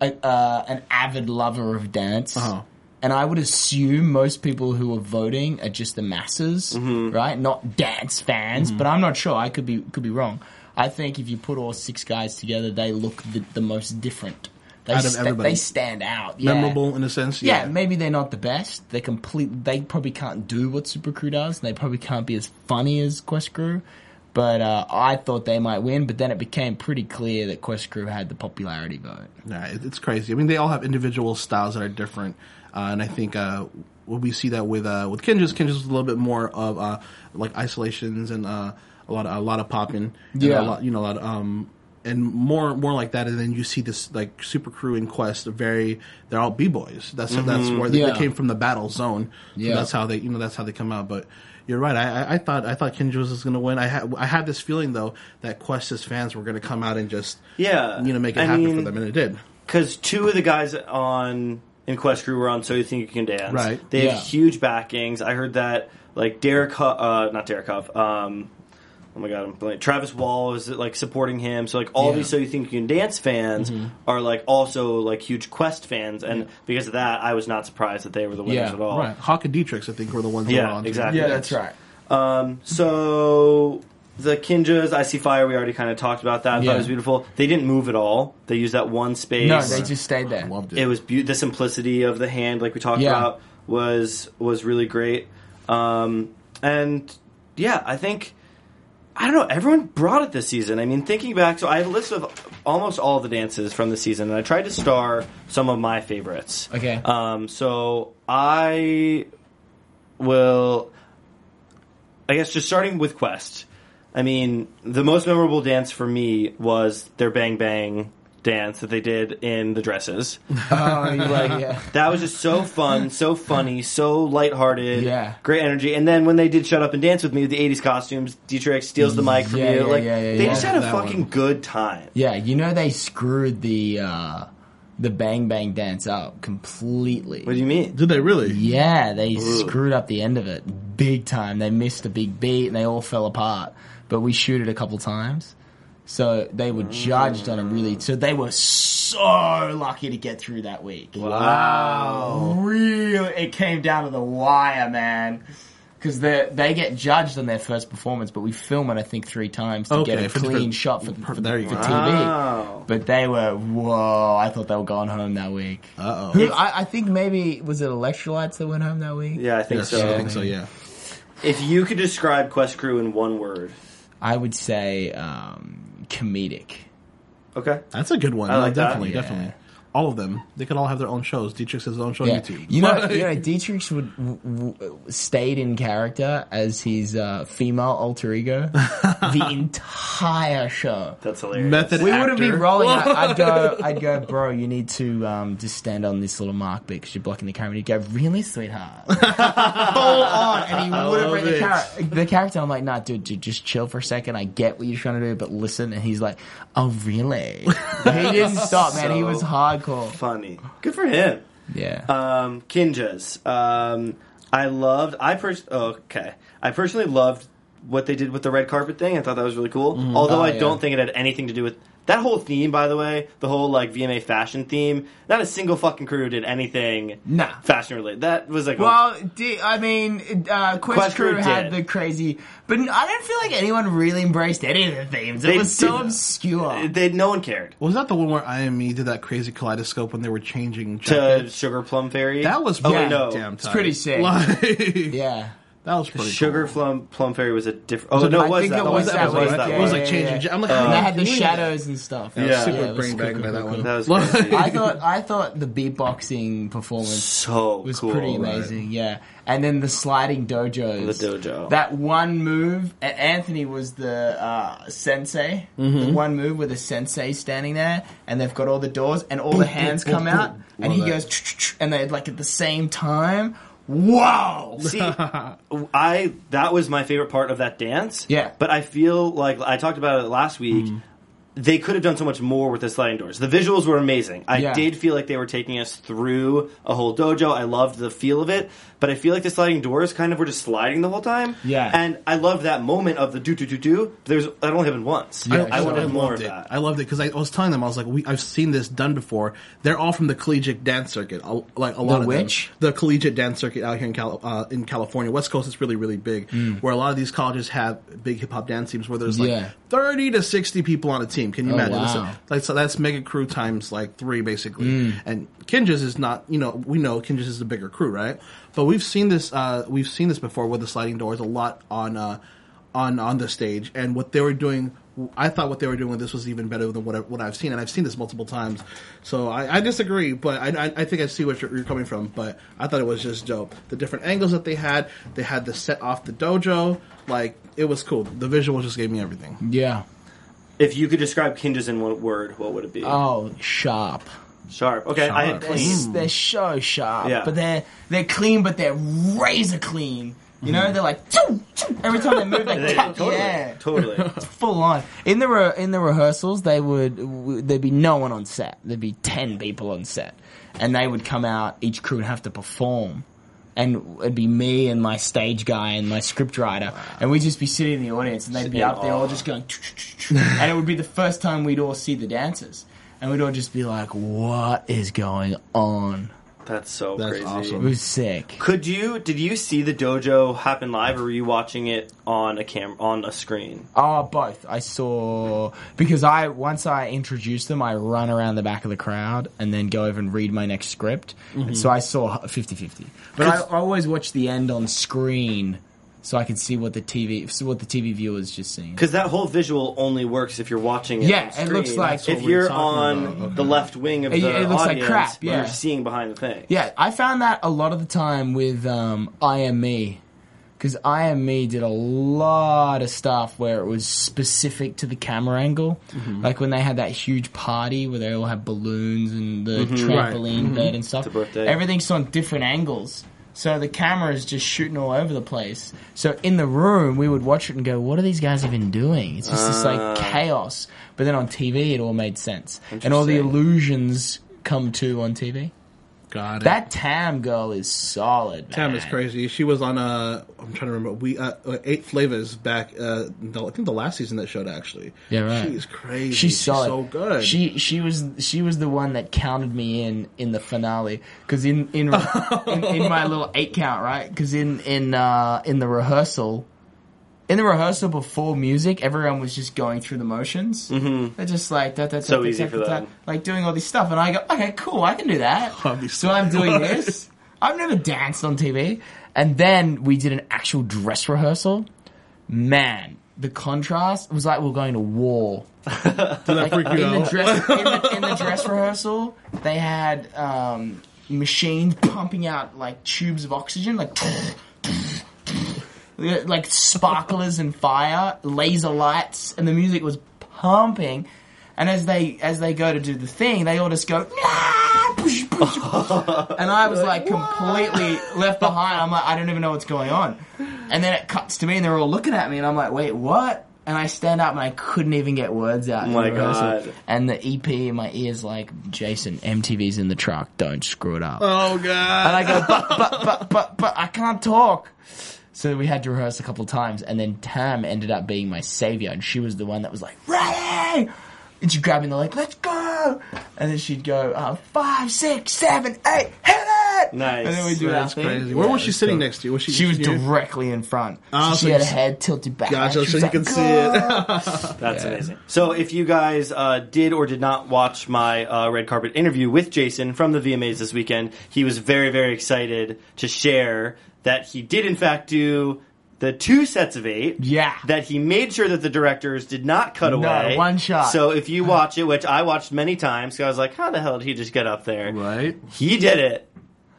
[SPEAKER 3] a, uh, an avid lover of dance,
[SPEAKER 5] Uh-huh.
[SPEAKER 3] and I would assume most people who are voting are just the masses,
[SPEAKER 5] Mm-hmm.
[SPEAKER 3] right? Not dance fans, but I'm not sure. I could be could be wrong. I think if you put all six guys together, they look the, the most different. They,
[SPEAKER 5] Out of
[SPEAKER 3] sta-
[SPEAKER 5] everybody.
[SPEAKER 3] they stand out.
[SPEAKER 5] win?
[SPEAKER 3] Yeah.
[SPEAKER 5] memorable in a sense.
[SPEAKER 3] Yeah,
[SPEAKER 5] Yeah,
[SPEAKER 3] maybe they're not the best. They complete. They probably can't do what Super Crew does. And they probably can't be as funny as Quest Crew. But uh, I thought they might win. But then it became pretty clear that Quest Crew had the popularity vote.
[SPEAKER 5] Nah, it- it's crazy. I mean, they all have individual styles that are different, uh, and I think uh, when we see that with uh, with Kinja's, Kinja's was a little bit more of uh, like isolations and uh, a lot of, a lot of popping. and
[SPEAKER 3] Yeah.
[SPEAKER 5] a lot, you know, a lot of, um, and more more like that. And then you see this like Super Crew and Quest, are very they're all b boys. That's that's where they,
[SPEAKER 3] Mm-hmm. Yeah.
[SPEAKER 5] they came from the battle zone. So
[SPEAKER 3] Yeah.
[SPEAKER 5] that's how they you know that's how they come out. But you're right. I, I, I thought I thought Kinja's was going to win. I had I had this feeling though that Quest's fans were going to come out and just
[SPEAKER 4] Yeah,
[SPEAKER 5] you know make it
[SPEAKER 4] I
[SPEAKER 5] happen for
[SPEAKER 4] mean-
[SPEAKER 5] them, and it did.
[SPEAKER 4] because two of the guys on in Quest Crew were on So You Think You Can Dance.
[SPEAKER 5] Right.
[SPEAKER 4] They
[SPEAKER 3] Yeah.
[SPEAKER 4] have huge backings. I heard that like Derek, Hu- uh, not Derek Huff. Um, oh my god, I'm blank. Travis Wall was like supporting him. So like all
[SPEAKER 3] Yeah. Mm-hmm.
[SPEAKER 4] these So You Think You Can Dance fans are like also like huge Quest fans, and because of that, I was not surprised that they were the winners
[SPEAKER 3] Yeah,
[SPEAKER 4] at all.
[SPEAKER 5] Right. Hawk and Dietrichs, I think, were the ones that
[SPEAKER 4] Yeah,
[SPEAKER 5] were on.
[SPEAKER 4] exactly. Yeah, that's
[SPEAKER 3] right.
[SPEAKER 4] Um, so the Kinjas, I see fire. We already kind of talked about that. I thought
[SPEAKER 3] Yeah.
[SPEAKER 4] it was beautiful. They didn't move at all. They used that one space.
[SPEAKER 3] No, they just stayed there. [LAUGHS]
[SPEAKER 5] Loved it.
[SPEAKER 4] it was beautiful. The simplicity of the hand, like we talked
[SPEAKER 3] Yeah.
[SPEAKER 4] about, was was really great. Um, and yeah, I think I don't know. Everyone brought it this season. I mean, thinking back, so I had a list of almost all the dances from the season, and I tried to star some of my favorites.
[SPEAKER 3] Okay.
[SPEAKER 4] Um, so I will, I guess, just starting with Quest. I mean, the most memorable dance for me was their bang bang dance that they did in the dresses.
[SPEAKER 3] Oh, you [LAUGHS] like, yeah.
[SPEAKER 4] That was just so fun, so funny, so lighthearted.
[SPEAKER 3] Yeah.
[SPEAKER 4] Great energy. And then when they did Shut Up and Dance with me with the 80s costumes, Dietrich steals the mic from
[SPEAKER 3] Yeah,
[SPEAKER 4] you.
[SPEAKER 3] yeah,
[SPEAKER 4] like,
[SPEAKER 3] yeah, yeah,
[SPEAKER 4] they
[SPEAKER 3] yeah.
[SPEAKER 4] just had a
[SPEAKER 5] That
[SPEAKER 4] fucking
[SPEAKER 5] one.
[SPEAKER 4] good time.
[SPEAKER 3] Yeah, you know they screwed the uh, the Bang Bang dance up completely.
[SPEAKER 4] What do you mean?
[SPEAKER 5] Did they really?
[SPEAKER 3] Yeah, they screwed up the end of it big time. They missed a big beat and they all fell apart. But we shoot it a couple times. So they
[SPEAKER 4] Mm.
[SPEAKER 3] were judged on a really. So they were so lucky to get through that week. Wow. Really? It came down to the wire, man. Because they get judged on their first performance, but we film it, I think, three times to
[SPEAKER 5] Okay,
[SPEAKER 3] get a
[SPEAKER 5] for- for-
[SPEAKER 3] clean shot for, for, for
[SPEAKER 5] there you go.
[SPEAKER 3] TV.
[SPEAKER 4] Wow.
[SPEAKER 5] Oh.
[SPEAKER 3] But they were, whoa, I thought they were going home that week.
[SPEAKER 5] Uh-oh.
[SPEAKER 3] Who- I, I think maybe, was it Electrolytes that went home that week?
[SPEAKER 4] Yeah, I think
[SPEAKER 5] Yes,
[SPEAKER 4] so.
[SPEAKER 5] I think so, yeah.
[SPEAKER 4] If you could describe Quest Crew in one word,
[SPEAKER 3] I would say um, comedic.
[SPEAKER 4] okay?
[SPEAKER 5] That's a good one.
[SPEAKER 4] I
[SPEAKER 5] No,
[SPEAKER 4] like that.
[SPEAKER 5] definitely,
[SPEAKER 3] Yeah.
[SPEAKER 5] definitely. all of them. They could all have their own shows. Dietrich's his own show on YouTube. [LAUGHS]
[SPEAKER 3] You know, you know, Dietrich would w- w- stayed in character as his uh, female alter
[SPEAKER 5] [LAUGHS]
[SPEAKER 3] ego the entire show.
[SPEAKER 4] That's hilarious.
[SPEAKER 5] method.
[SPEAKER 3] We wouldn't be
[SPEAKER 5] actor.
[SPEAKER 3] rolling. I- I'd go, I'd go, bro. You need to um, just stand on this little mark because you're blocking the camera. You'd go, really,
[SPEAKER 4] [LAUGHS]
[SPEAKER 3] sweetheart. Full on, and he would have read the,
[SPEAKER 5] it.
[SPEAKER 3] char- the character. I'm like, nah, dude, dude, just chill for a second. I get what you're trying to do, but listen. And he's like, oh, really?
[SPEAKER 4] [LAUGHS]
[SPEAKER 3] he didn't stop, man. He
[SPEAKER 4] So-
[SPEAKER 3] was hardcore.
[SPEAKER 4] funny. Good for him.
[SPEAKER 3] Yeah.
[SPEAKER 4] Um, Kinjas. Um, I loved. I pers- oh, okay. I personally loved what they did with the red carpet thing. I thought that was really cool. Although I
[SPEAKER 3] yeah.
[SPEAKER 4] don't think it had anything to do with that whole theme. By the way, the whole like VMA fashion theme. Not a single fucking crew did anything.
[SPEAKER 3] Nah.
[SPEAKER 4] Fashion related. That was like. a-
[SPEAKER 3] Well, di- I mean, uh, Quest,
[SPEAKER 4] Quest
[SPEAKER 3] Crew
[SPEAKER 4] Crew
[SPEAKER 3] had
[SPEAKER 4] did.
[SPEAKER 3] the crazy, but I don't feel like anyone really embraced any of the themes. It
[SPEAKER 4] They
[SPEAKER 3] was so
[SPEAKER 4] didn't.
[SPEAKER 3] obscure.
[SPEAKER 4] they no one cared.
[SPEAKER 5] Was that the one where IME did that crazy kaleidoscope when they were changing
[SPEAKER 4] To
[SPEAKER 5] jackets?
[SPEAKER 4] Sugar Plum Fairy.
[SPEAKER 5] that was
[SPEAKER 4] Oh,
[SPEAKER 5] pretty
[SPEAKER 4] wait,
[SPEAKER 3] yeah.
[SPEAKER 4] no.
[SPEAKER 5] damn
[SPEAKER 3] It's
[SPEAKER 5] tight.
[SPEAKER 3] pretty sick.
[SPEAKER 5] Like,
[SPEAKER 3] yeah.
[SPEAKER 5] [LAUGHS] that was pretty.
[SPEAKER 4] Sugar
[SPEAKER 5] cool.
[SPEAKER 4] Plum Plum Fairy was a different. Oh no,
[SPEAKER 3] I
[SPEAKER 4] it was
[SPEAKER 3] think
[SPEAKER 4] that?
[SPEAKER 3] it
[SPEAKER 4] one.
[SPEAKER 3] was
[SPEAKER 5] that
[SPEAKER 3] one.
[SPEAKER 5] was that
[SPEAKER 3] Yeah,
[SPEAKER 5] one. It was like
[SPEAKER 3] yeah,
[SPEAKER 5] changing.
[SPEAKER 3] yeah.
[SPEAKER 5] I'm like,
[SPEAKER 3] and
[SPEAKER 5] how
[SPEAKER 3] they
[SPEAKER 5] you
[SPEAKER 3] had the
[SPEAKER 5] doing
[SPEAKER 3] shadows and stuff.
[SPEAKER 5] that?
[SPEAKER 4] Yeah.
[SPEAKER 5] super
[SPEAKER 3] it was
[SPEAKER 5] brain
[SPEAKER 3] cool,
[SPEAKER 5] bang
[SPEAKER 3] cool,
[SPEAKER 5] by [LAUGHS]
[SPEAKER 3] cool,
[SPEAKER 5] that
[SPEAKER 3] cool.
[SPEAKER 5] one.
[SPEAKER 4] That was
[SPEAKER 5] Like-
[SPEAKER 4] crazy.
[SPEAKER 3] [LAUGHS] I thought I thought the beatboxing performance
[SPEAKER 4] so
[SPEAKER 3] was
[SPEAKER 4] cool.
[SPEAKER 3] pretty amazing. Yeah, and then the sliding dojos.
[SPEAKER 4] The dojo.
[SPEAKER 3] That one move. A- Anthony was the uh, sensei.
[SPEAKER 5] Mm-hmm.
[SPEAKER 3] The one move with a sensei standing there, and they've got all the doors, and all the hands
[SPEAKER 5] boom,
[SPEAKER 3] come
[SPEAKER 5] boom.
[SPEAKER 3] out, and he
[SPEAKER 5] Love it.
[SPEAKER 3] goes, "Ch-ch-ch," and they like at the same time. Wow!
[SPEAKER 5] [LAUGHS]
[SPEAKER 4] See, I that was my favorite part of that dance.
[SPEAKER 3] Yeah.
[SPEAKER 4] but I feel like I talked about it last week.
[SPEAKER 5] Mm.
[SPEAKER 4] They could have done so much more with the sliding doors. The visuals were amazing. I
[SPEAKER 3] Yeah.
[SPEAKER 4] did feel like they were taking us through a whole dojo. I loved the feel of it, but I feel like the sliding doors kind of were just sliding the whole time.
[SPEAKER 3] Yeah.
[SPEAKER 4] and I loved that moment of the do do do do. There's that only happened once.
[SPEAKER 5] I,
[SPEAKER 4] I,
[SPEAKER 5] I
[SPEAKER 4] wanted
[SPEAKER 5] loved
[SPEAKER 4] more
[SPEAKER 5] it.
[SPEAKER 4] of that.
[SPEAKER 5] I loved it because I, was telling them I was like, we, I've seen this done before. They're all from the collegiate dance circuit, a- like a lot of
[SPEAKER 3] which?
[SPEAKER 5] them. The collegiate dance circuit out here in Cal, uh, in California, West Coast is really really big. Where a lot of these colleges have big hip hop dance teams where there's like
[SPEAKER 3] Yeah.
[SPEAKER 5] thirty to sixty people on a team. Can you
[SPEAKER 3] Oh,
[SPEAKER 5] imagine? That's-
[SPEAKER 3] wow.
[SPEAKER 5] like so that's mega crew times like three basically. And Kinjas is not, you know, we know Kinjas is a bigger crew, right? But we've seen this, uh, we've seen this before with the sliding doors a lot on, uh, on on the stage. And what they were doing, I thought what they were doing with this was even better than what I, what I've seen, and I've seen this multiple times. So I, I disagree, but I, I, I think I see where you're, you're coming from. But I thought it was just dope. The different angles that they had, they had the set off the dojo, like it was cool. The visual just gave me everything.
[SPEAKER 3] Yeah.
[SPEAKER 4] If you could describe Kinjas in one word, what would it be?
[SPEAKER 3] Oh, sharp.
[SPEAKER 4] sharp. Okay, I had
[SPEAKER 5] Sharp.
[SPEAKER 3] They're,
[SPEAKER 4] clean.
[SPEAKER 3] they're so sharp,
[SPEAKER 4] Yeah.
[SPEAKER 3] but they're they're clean, but they're razor clean. You know, they're like choo, choo. every time they move, they
[SPEAKER 4] Mm-hmm. [LAUGHS] They-
[SPEAKER 3] cut
[SPEAKER 4] totally,
[SPEAKER 3] the air. [LAUGHS]
[SPEAKER 4] totally.
[SPEAKER 3] full on. In the re- in the rehearsals, they would w- there'd be no one on set. There'd be ten people on set, and they would come out. Each crew would have to perform, and it'd be me and my stage guy and my script writer, and we'd just be sitting in the audience, and they'd be
[SPEAKER 4] in
[SPEAKER 3] up there all
[SPEAKER 4] awe.
[SPEAKER 3] just going, and it would be the first time we'd all see the dancers, and we'd all just be like, "What is going on?"
[SPEAKER 4] That's so
[SPEAKER 5] That's
[SPEAKER 4] crazy.
[SPEAKER 5] awesome.
[SPEAKER 3] It was sick.
[SPEAKER 4] Could you? Did you see the dojo happen live, or were you watching it on a cam on a screen?
[SPEAKER 3] Oh, both. I saw because I once I introduced them, I run around the back of the crowd and then go over and read my next script. And so I saw 50-50. But I, I always watch the end on screen so I can see what the TV so what the TV viewers just seeing.
[SPEAKER 4] Because that whole visual only works if you're watching it.
[SPEAKER 3] Yeah,
[SPEAKER 4] on
[SPEAKER 3] it
[SPEAKER 4] screen.
[SPEAKER 3] looks like- That's
[SPEAKER 4] if
[SPEAKER 3] what
[SPEAKER 5] we were
[SPEAKER 4] you're on
[SPEAKER 5] talking about, okay.
[SPEAKER 4] the left wing of
[SPEAKER 3] It-
[SPEAKER 4] the
[SPEAKER 3] it looks like
[SPEAKER 4] audience,
[SPEAKER 3] crap,
[SPEAKER 4] but
[SPEAKER 3] yeah.
[SPEAKER 4] you're seeing behind the thing.
[SPEAKER 3] Yeah, I found that a lot of the time with um, I Am Me. Because I Am Me did a lot of stuff where it was specific to the camera angle.
[SPEAKER 4] Mm-hmm.
[SPEAKER 3] Like when they had that huge party where they all had balloons and the trampoline bed and stuff.
[SPEAKER 4] Mm-hmm. It's a birthday.
[SPEAKER 3] Everything's on different angles. So the camera is just shooting all over the place. So in the room, we would watch it and go, what are these guys even doing? It's just this
[SPEAKER 4] Ah.
[SPEAKER 3] like chaos. But then on TV, it all made sense. And all the
[SPEAKER 4] Interesting.
[SPEAKER 3] illusions come to on TV.
[SPEAKER 5] Got it.
[SPEAKER 3] That Tam girl is solid.
[SPEAKER 5] Tam
[SPEAKER 3] man.
[SPEAKER 5] is crazy. She was on uh, I'm trying to remember. We uh, uh, eight flavors back. Uh, the, I think the last season that showed actually.
[SPEAKER 3] Yeah, right.
[SPEAKER 5] She's crazy.
[SPEAKER 3] She's solid.
[SPEAKER 5] so good.
[SPEAKER 3] She she was she was the one that counted me in in the finale because in in,
[SPEAKER 5] [LAUGHS]
[SPEAKER 3] in in my little eight count right because in in uh, in the rehearsal. In the rehearsal before music, everyone was just going through the motions. Mm-hmm. They're just like that. That's
[SPEAKER 4] So easy for them.
[SPEAKER 3] Like doing all this stuff, and I go, okay, cool, I can do that. so I'm doing this. I've never danced on TV, and then we did an actual dress rehearsal. Man, the contrast was like we were going to war.
[SPEAKER 5] Did that freak you
[SPEAKER 3] in the
[SPEAKER 5] out?
[SPEAKER 3] dress in the, in the dress rehearsal, they had um, machines pumping out like tubes of oxygen, like like sparklers and fire, laser lights, and the music was pumping. And as they as they go to do the thing, they all just go. "Nah!" and I was like completely left behind. I'm like, I don't even know what's going on. And then it cuts to me, and they're all looking at me, and I'm like, wait, what? And I stand up, and I couldn't even get words out. in
[SPEAKER 4] My
[SPEAKER 3] the rehearsal.
[SPEAKER 4] God.
[SPEAKER 3] And the EP in my ears, like, Jason, MTV's in the truck. Don't screw it up.
[SPEAKER 5] Oh god.
[SPEAKER 3] And I go, but, but, but, but, but, I can't talk. So we had to rehearse a couple times, and then Tam ended up being my savior, and she was the one that was like, ready! And she'd grab me in the leg, let's go! And then she'd go, uh, five, six, seven, eight, hit it!
[SPEAKER 4] Nice.
[SPEAKER 3] And then we do that
[SPEAKER 5] That's
[SPEAKER 3] thing.
[SPEAKER 5] crazy. Where was she sitting next to you? Was she?
[SPEAKER 3] She was
[SPEAKER 5] near-
[SPEAKER 3] directly in front.
[SPEAKER 5] Ah,
[SPEAKER 3] so
[SPEAKER 5] so
[SPEAKER 3] she had
[SPEAKER 5] you
[SPEAKER 3] her
[SPEAKER 5] s-
[SPEAKER 3] head tilted back.
[SPEAKER 5] [LAUGHS] Gotcha,
[SPEAKER 3] She was
[SPEAKER 5] so you
[SPEAKER 3] like,
[SPEAKER 5] can see
[SPEAKER 3] "Go!"
[SPEAKER 5] [LAUGHS] it.
[SPEAKER 4] That's amazing. So, if you guys uh, did or did not watch my uh, red carpet interview with Jason from the VMAs this weekend, he was very, very excited to share that he did, in fact, do the two sets of eight.
[SPEAKER 3] Yeah.
[SPEAKER 4] That he made sure that the directors did not cut away.
[SPEAKER 3] one shot.
[SPEAKER 4] So, if you watch it, which I watched many times, 'cause I was like, how the hell did he just get up there?
[SPEAKER 5] Right.
[SPEAKER 4] He did it.